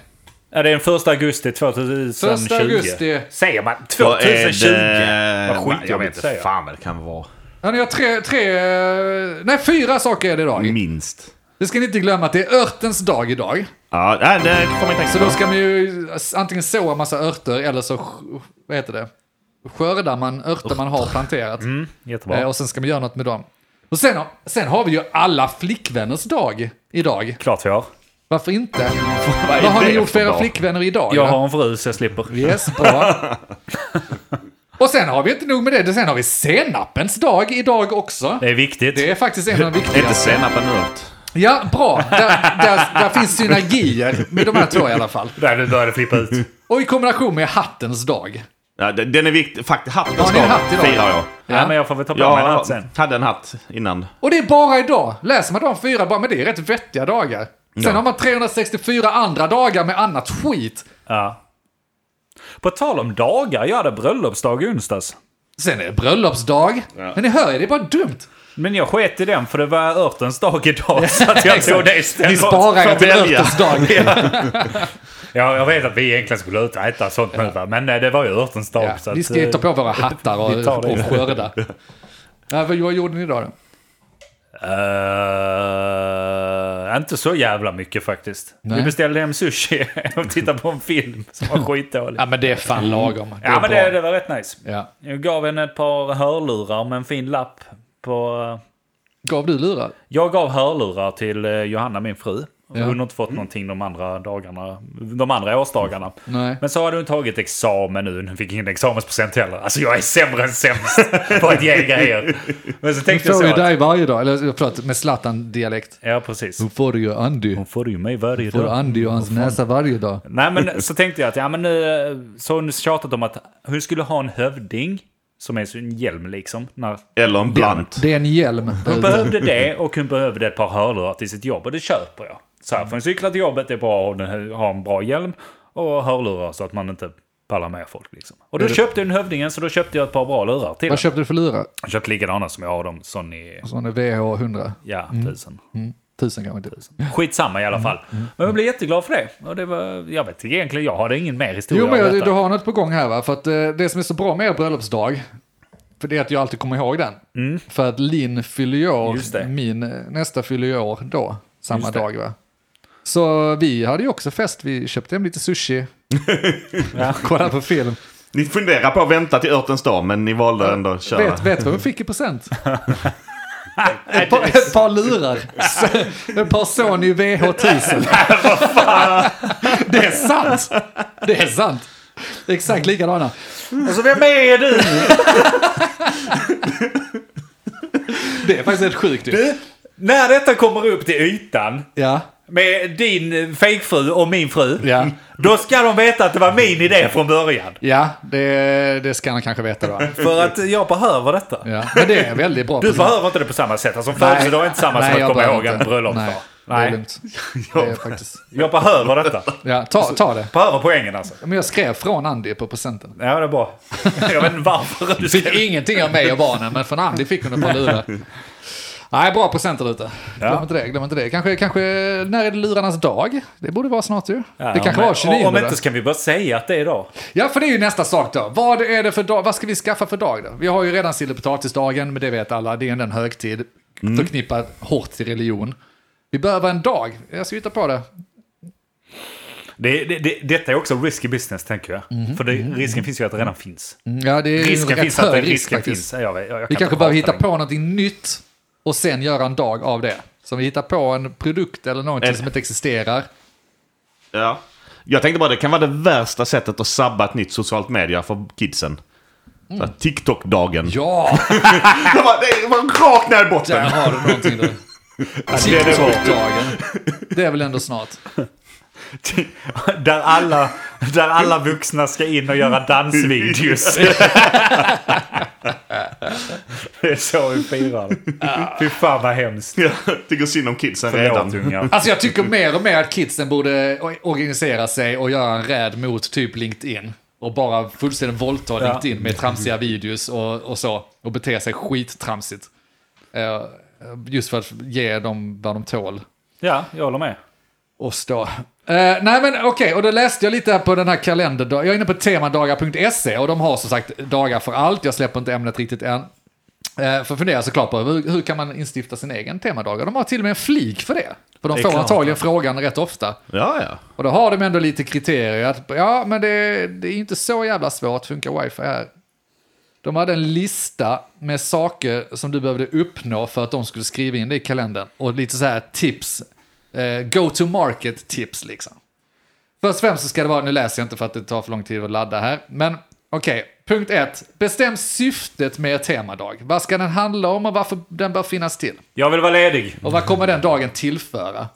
A: Ja, det är den 1 augusti 2020.
D: Första augusti.
A: Säger man
B: Vad är
A: 2020?
B: det-
A: Vad
B: Nej, Jag vet
A: skitjobbigt att
B: inte
A: säga.
B: fan vad det kan vara.
D: Hörni, jag har tre, tre, eh, nej fyra saker är det idag.
A: Mm.
B: Minst.
D: Det ska ni inte glömma att det är örtens dag idag.
B: Ja, nej, det kommer jag inte
D: Så då
B: tänka på.
D: ska man ju antingen så en massa örter eller så, sk- vad heter det? Skördar man örter man har planterat.
A: Jättebra.
D: Eh, Och sen ska man göra något med dem. Och sen, sen har vi ju alla flickvänners dag idag.
A: Klart vi har.
D: Varför inte?
B: är
D: Vad har
B: det
D: ni gjort för
B: för
D: era
B: dag?
D: flickvänner idag?
A: Jag
D: då?
A: har en fru så jag slipper.
D: Yes, bra. Och sen har vi inte nog med det, sen har vi senapens dag idag också.
A: Det är viktigt.
D: Det är faktiskt en av de
B: Är inte
D: viktigaste.
B: senap en ört?
D: Ja, bra. Där, där, där finns synergier med de här två i alla fall.
A: Där nu börjar det flippa ut.
D: Och i kombination med hattens dag.
B: Ja, den den är viktig. Faktiskt, hatten
D: Har ni en hatt
B: ska
D: idag?
B: firar jag.
A: Ja, men jag får väl ta på mig en hatt sen.
B: Jag hade en hatt innan.
D: Och det är bara idag. Läser man de fyra bara, men det är rätt vettiga dagar. Sen har man 364 andra dagar med annat skit.
A: Ja. På tal om dagar, jag hade bröllopsdag i onsdags.
D: Sen är det bröllopsdag. Men ni hör ju, det är bara dumt.
A: Men jag sket i den för det var örtens dag idag. Så att jag tog det
D: Ni
A: istället.
D: sparar er till
B: välja.
D: örtens dag.
A: Ja, jag vet att vi egentligen skulle ut och äta sånt nu va. Men eh, det var ju örtens dag. så
D: Vi
A: att,
D: ska ju
A: eh,
D: ta på våra hattar och,
A: vi tar det.
D: och skörda. Ja, vad vad gjorde ni idag då?
A: eh, inte så jävla mycket faktiskt.
D: Nej.
A: Vi beställde hem sushi och tittade på en film som var skitdålig.
D: Ja, men det är fan lagom. Det är
A: Ja, men
D: bra.
A: det, det var rätt nice.
D: Mm. Ja.
A: Jag gav henne ett par hörlurar med en fin lapp på... eh,
D: Gav du lurar?
A: Jag gav hörlurar till eh, Johanna, min fru.
D: Ja. Mm.
A: Hon har inte fått någonting de andra dagarna, de andra årsdagarna.
D: Nej.
A: Men så hade hon tagit examen nu. Hon fick ingen examensprocent heller. Alltså jag är sämre än sämst på att ge grejer. Men så tänkte jag
D: Får
A: så
D: ju
A: att,
D: dig varje dag, eller förlåt, med Zlatan-dialekt.
A: Ja, precis.
D: Hon får du ju Andy.
A: Hon får ju mig varje
D: Får du
A: dag.
D: Andy och hans näsa varje dag.
A: Nej, men så tänkte jag att, ja men nu... eh, Så har hon tjatat om att hon skulle ha en hövding. Som är så en hjälm liksom. När
B: Eller en blant.
D: Det är en hjälm.
A: Hon behövde det och hon behövde ett par hörlurar till sitt jobb och det köper jag. Så här, för en cykla till jobbet är bra att ha en bra hjälm och hörlurar så att man inte pallar med folk. Liksom. Och då köpte hon hövdingen så då köpte jag ett par bra lurar till
D: Vad
A: henne.
D: köpte du för lurar?
A: Jag köpte likadana som jag har dem, Sony
D: Sån VH 100.
A: ja,
D: Mm.
A: 1000.
D: Tusen kanske inte.
A: Skitsamma i alla fall.
D: Mm.
A: Men jag blev jätteglad för det. Och det var, jag vet egentligen, jag hade ingen mer historia
D: Jo, men
A: om
D: jag,
A: detta.
D: du har något på gång här va? För att eh, det som är så bra med er bröllopsdag, för det är att jag alltid kommer ihåg den. För att Linn fyller ju
A: Mm. Just det.
D: år, min eh, nästa fyller ju år då, samma
A: Just det.
D: dag va? Så vi hade ju också fest, vi köpte hem lite sushi, kollade på film.
B: Ni funderar på att vänta till örtens dag, men ni valde ändå att köra.
D: Vet, vet vad vi fick i present? ett, par, ett par lurar. ett par Sony VH1000. det är sant! Det är sant. Exakt likadana.
A: Alltså vem är du?
D: Det är faktiskt rätt sjukt ju.
A: du? När detta kommer upp till ytan
D: Ja.
A: med din fejkfru och min fru.
D: Ja.
A: Då ska de veta att det var min idé från början.
D: Ja, det, det ska han kanske veta då.
A: För att jag behöver detta.
D: Ja, men det är en väldigt
A: Du
D: bra. present.
A: behöver inte det på samma sätt. Alltså födelsedag är inte samma
D: Nej,
A: som att
D: jag
A: komma
D: behöver
A: ihåg en
D: inte.
A: bröllopsdag. Nej,
D: Nej, det är lugnt. Det är faktiskt...
A: jag behöver detta.
D: Ja, ta, ta det.
A: Behöver poängen alltså.
D: Men jag skrev från Andy på presenten.
A: Ja, det är bra. Jag vet inte varför du
D: Fick
A: ska...
D: ingenting av mig och barnen, men från Andy fick hon ett par lurar. Nej, bra presenter ute. Glöm
A: Ja.
D: inte det, glöm inte det. Kanske, kanske, när är det lurarnas dag? Det borde vara snart ju. det kanske
A: men-
D: var 29
A: Om
D: då.
A: inte så kan vi bara säga att det är idag.
D: Ja, för det är ju nästa sak då. Vad är det för dag? Vad ska vi skaffa för dag då? Vi har ju redan sill och potatisdagen, men det vet alla. Det är ju en högtid
A: Mm.
D: förknippad hårt till religion. Vi behöver en dag. Jag ska hitta på det.
A: Det, det, det, detta är också risky business, tänker jag. För det, risken finns ju att det redan finns.
D: Mm, Ja, Mhm, det är
A: Risken
D: rätt
A: finns
D: hög
A: att det
D: risk
A: risken
D: faktiskt.
A: finns. Ja, Jag, vet- jag, jag
D: Vi
A: kan
D: kanske
A: inte
D: behöver hitta
A: prata
D: på någonting nytt och sen göra en dag av det. Så vi hittar på en produkt eller någonting
B: Eller-
D: som inte existerar.
B: Ja. Jag tänkte bara det kan vara det värsta sättet att sabba ett nytt socialt media för kidsen.
D: Mm.
B: Så här, TikTok-dagen.
D: Ja,
B: Det var, det var rakt ner i botten.
D: där har du någonting då.
A: det är det bra.
D: TikTok-dagen. Det är väl ändå snart.
A: Där alla, där alla vuxna ska in och göra dansvideos. det är så vi firar det. Fy fan vad hemskt.
B: Jag tycker synd om kidsen redan.
A: Förlåt ungar.
D: Alltså jag tycker mer och mer att kidsen borde o- organisera sig och göra en räd mot typ LinkedIn. Och bara fullständigt våldta LinkedIn med tramsiga videos och, och så. Och bete sig skittramsigt. Eh, just för att ge dem vad de tål.
A: Ja, jag håller med.
D: oss då. Eh, nej men okej, och då läste jag lite här på den här kalenderdagen. Jag är inne på temadagar.se E, och de har som sagt dagar för allt. Jag släpper inte ämnet riktigt än. Eh, för fundera såklart på hur, hur kan man instifta sin egen temadagar? De har till och med en flik för det. För de
A: Det är
D: får
A: klart.
D: antagligen frågan rätt ofta.
B: Ja, ja.
D: Och då har de ändå lite kriterier. Att, ja, men det, det är inte så jävla svårt. Funkar wifi här? De hade en lista med saker som du behövde uppnå för att de skulle skriva in det i kalendern. Och lite så här tips. Eh, Go-to-market-tips liksom. Först och främst så ska det vara, nu läser jag inte för att det tar för lång tid att ladda här. Men okej, punkt ett. Bestäm syftet med er temadag. Vad ska den handla om och varför den bör finnas till?
A: Jag vill vara ledig.
D: Och vad kommer den dagen tillföra?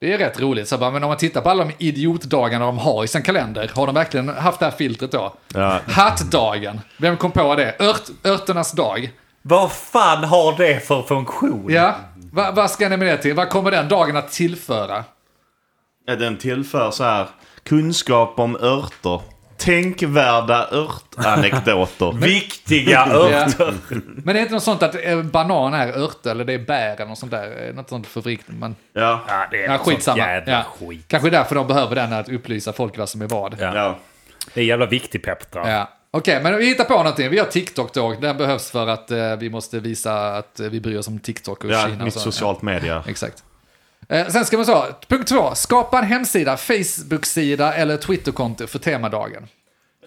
D: Det är rätt roligt. Så bara, men om man tittar på alla de idiotdagarna de har i sin kalender, har de verkligen haft det här filtret då?
B: Ja.
D: Hattdagen, vem kom på det? Ört, örternas dag.
A: Vad fan har det för funktion?
D: Ja, Va, vad ska ni med det till? Vad kommer den dagen att tillföra?
B: Ja, Den tillför så här kunskap om örter. Tänkvärda örtanekdoter.
A: Viktiga örter.
D: Men det är inte något sånt att eh, banan är örta eller det är bär eller något sånt där. eh, Något sånt förvrikt. Man,
B: ja.
A: Ja, det är
D: ja,
A: något sånt
D: skitsamma.
A: jävla
D: ja.
A: skit.
D: Kanske därför de behöver den att upplysa folk vad som är vad.
B: ja.
A: Det är jävla viktig pepptra.
D: Ja. Okej, men vi hittar på någonting. Vi har TikTok då. Den behövs för att eh, vi måste visa att eh, vi bryr oss om TikTok och
B: Ja,
D: Kina.
B: nytt
D: och så.
B: socialt media.
D: Ja, exakt. Eh, sen ska man så, punkt två. Skapa en hemsida, Facebook-sida eller Twitterkonto för temadagen.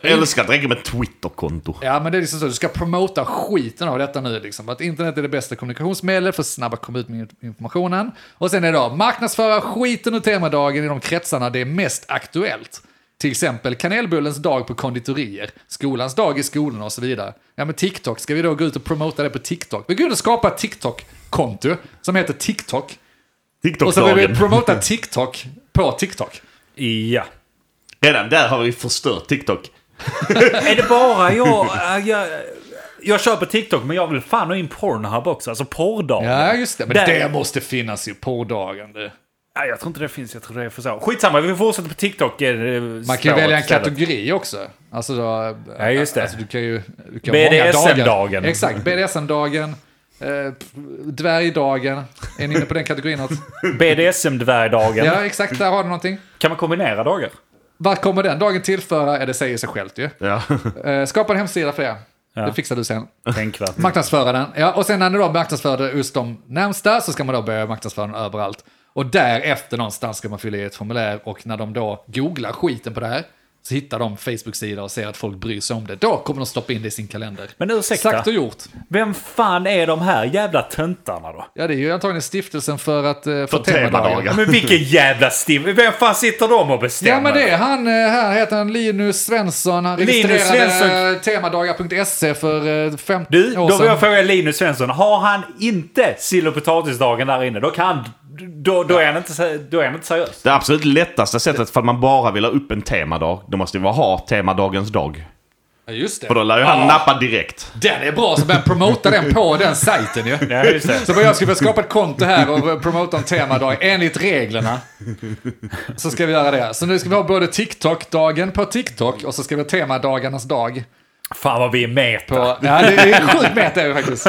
B: Jag älskar att det räcker med ett Twitterkonto.
D: Ja, men det är liksom så. Du ska promota skiten av detta nu. Liksom. Att internet är det bästa kommunikationsmedlet för att snabbt komma ut med informationen. Och sen är det då marknadsföra skiten ur temadagen i de kretsarna det är mest aktuellt. Till exempel kanelbullens dag på konditorier, skolans dag i skolorna och så vidare. Ja, men TikTok, ska vi då gå ut och promota det på TikTok? Vi går ut och skapar ett TikTok-konto som heter TikTok. Och så vill vi
B: TikTok-dagen.
D: promota TikTok på TikTok.
A: ja.
B: Redan där har vi förstört TikTok.
A: Är det bara jag... äh, jag jag kör på TikTok men jag vill fan ha in Pornhub också, alltså porrdagen.
D: Ja, just det. Men
A: Där-
D: det måste finnas ju på dagen. du.
A: Nej, jag tror inte det finns. Jag tror det är för så. Skitsamma, vi fortsätter på TikTok. eh,
D: Man kan ju
A: spåret
D: välja en
A: istället.
D: kategori också. Alltså då,
A: Ja, just det.
D: Alltså du kan ju... Du kan ha många
A: BDSM-dagen.
D: dagar. Exakt, BDSM-dagen. Eh, dvärgdagen. Är ni inne på den kategorin? Något?
A: BDSM-dvärgdagen.
D: Ja, exakt. Där har du någonting.
A: Kan man kombinera dagar?
D: Vad kommer den dagen tillföra? Ja, det säger sig självt ju.
B: Ja.
D: Eh, skapa en hemsida för det. Det fixar du sen.
A: Tänkvärt.
D: Marknadsföra den. Ja, och sen när du då marknadsför det hos de närmsta så ska man då börja marknadsföra den överallt. Och därefter någonstans ska man fylla i ett formulär och när de då googlar skiten på det här så hittar de Facebook-sidor och ser att folk bryr sig om det. Då kommer de stoppa in det i sin kalender.
A: Men ursäkta.
D: Sagt och gjort.
A: Vem fan är de här jävla töntarna då?
D: Ja, det är ju antagligen stiftelsen för att... eh, För,
B: För temadagar.
A: Men vilken jävla stim... Vem fan sitter de och bestämmer?
D: Ja men det är han, eh, här heter han Linus Svensson, han
A: Linus
D: registrerade
A: Svensson.
D: eh, temadagar.se för eh, 15
A: Du, då
D: år
A: vill
D: sedan.
A: jag fråga Linus Svensson. Har han inte sill och potatisdagen där inne, då kan han... Då, då, är han inte, se- då är han inte seriös.
B: Det absolut lättaste sättet för att man bara vill ha upp en temadag, då måste vi bara ha temadagens dag.
D: Ja, just det.
B: För då lär ju han nappa direkt.
D: Den är bra, så börja promota den på den sajten ju.
A: Ja, just det.
D: Så vad jag skulle vilja skapa ett konto här och promota en temadag enligt reglerna. Så ska vi göra det. Så nu ska vi ha både TikTok-dagen på TikTok och så ska vi ha temadagarnas dag.
A: Fan vad vi är med
D: På,
A: på.
D: ja, det är sjukt meta är vi faktiskt.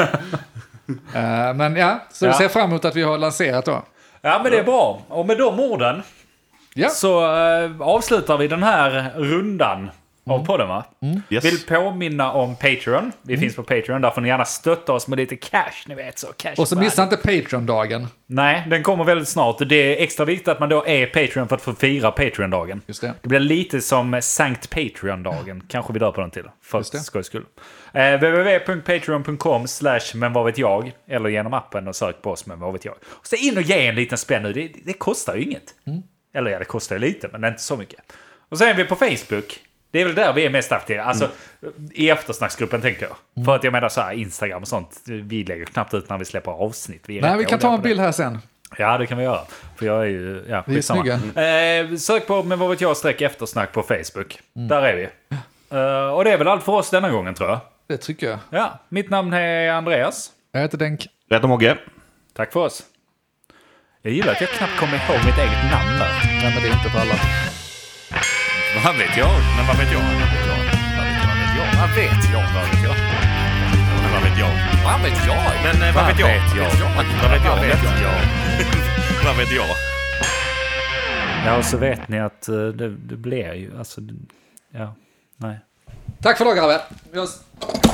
D: Eh, men ja, så vi
A: Ja.
D: ser fram emot att vi har lanserat då.
A: Ja men det är bra. Och med de orden
D: Ja.
A: så eh, avslutar vi den här rundan
D: Mm.
A: av podden va?
B: Yes.
A: Vill påminna om Patreon. Vi finns på Patreon. Där får ni gärna stötta oss med lite cash. Ni vet så. Cash
D: Och så
A: value.
D: missa inte Patreon-dagen.
A: Nej, den kommer väldigt snart. Det är extra viktigt att man då är Patreon för att få fira Patreon-dagen.
D: Just det.
A: det blir lite som Sankt Patreon-dagen. Kanske vi dör på den till. För
D: det.
A: skojs skull. Eh, www.patreon.com slash men vad vet jag. Eller genom appen och sök på oss men vad vet jag. Och så in och ge en liten spänn nu. Det, det kostar ju inget.
D: Mm.
A: Eller ja, det kostar ju lite men inte så mycket. Och sen är vi på Facebook. Det är väl där vi är mest aktiva. Alltså i eftersnacksgruppen tänker jag.
D: Mm.
A: För att jag menar så här Instagram och sånt. Vi lägger knappt ut när vi släpper avsnitt. Vi är
D: Nej,
A: rätt
D: vi kan
A: dåliga
D: ta
A: på
D: en
A: det.
D: bild här sen.
A: Ja, det kan vi göra. För jag är ju... Ja,
D: Vi är
A: skitsamma.
D: snygga. Mm.
A: Eh, sök på Men vad vet jag streck eftersnack på Facebook. Där är vi. Eh, och det är väl allt för oss denna gången tror jag.
D: Det tycker jag.
A: Ja, mitt namn är Andreas.
D: Jag heter Denk.
G: Rätt om Mogge.
A: Tack för oss. Jag gillar att jag knappt kommer ihåg mitt eget namn där.
D: Nej, men det är inte för alla.
B: Vad vet jag? Men vad vet jag? Vad vet jag? Vad vet jag? Vad vet jag? Vad vet jag? Men vad vet jag? Vad vet jag? Men eh, vad vet jag? Vad vet jag? Vad vet jag? Vad vet jag?
A: Ja, och så vet ni att eh, det, det blir ju... Alltså, det- ja, nej.
D: Tack för idag grabbar. Vi hörs.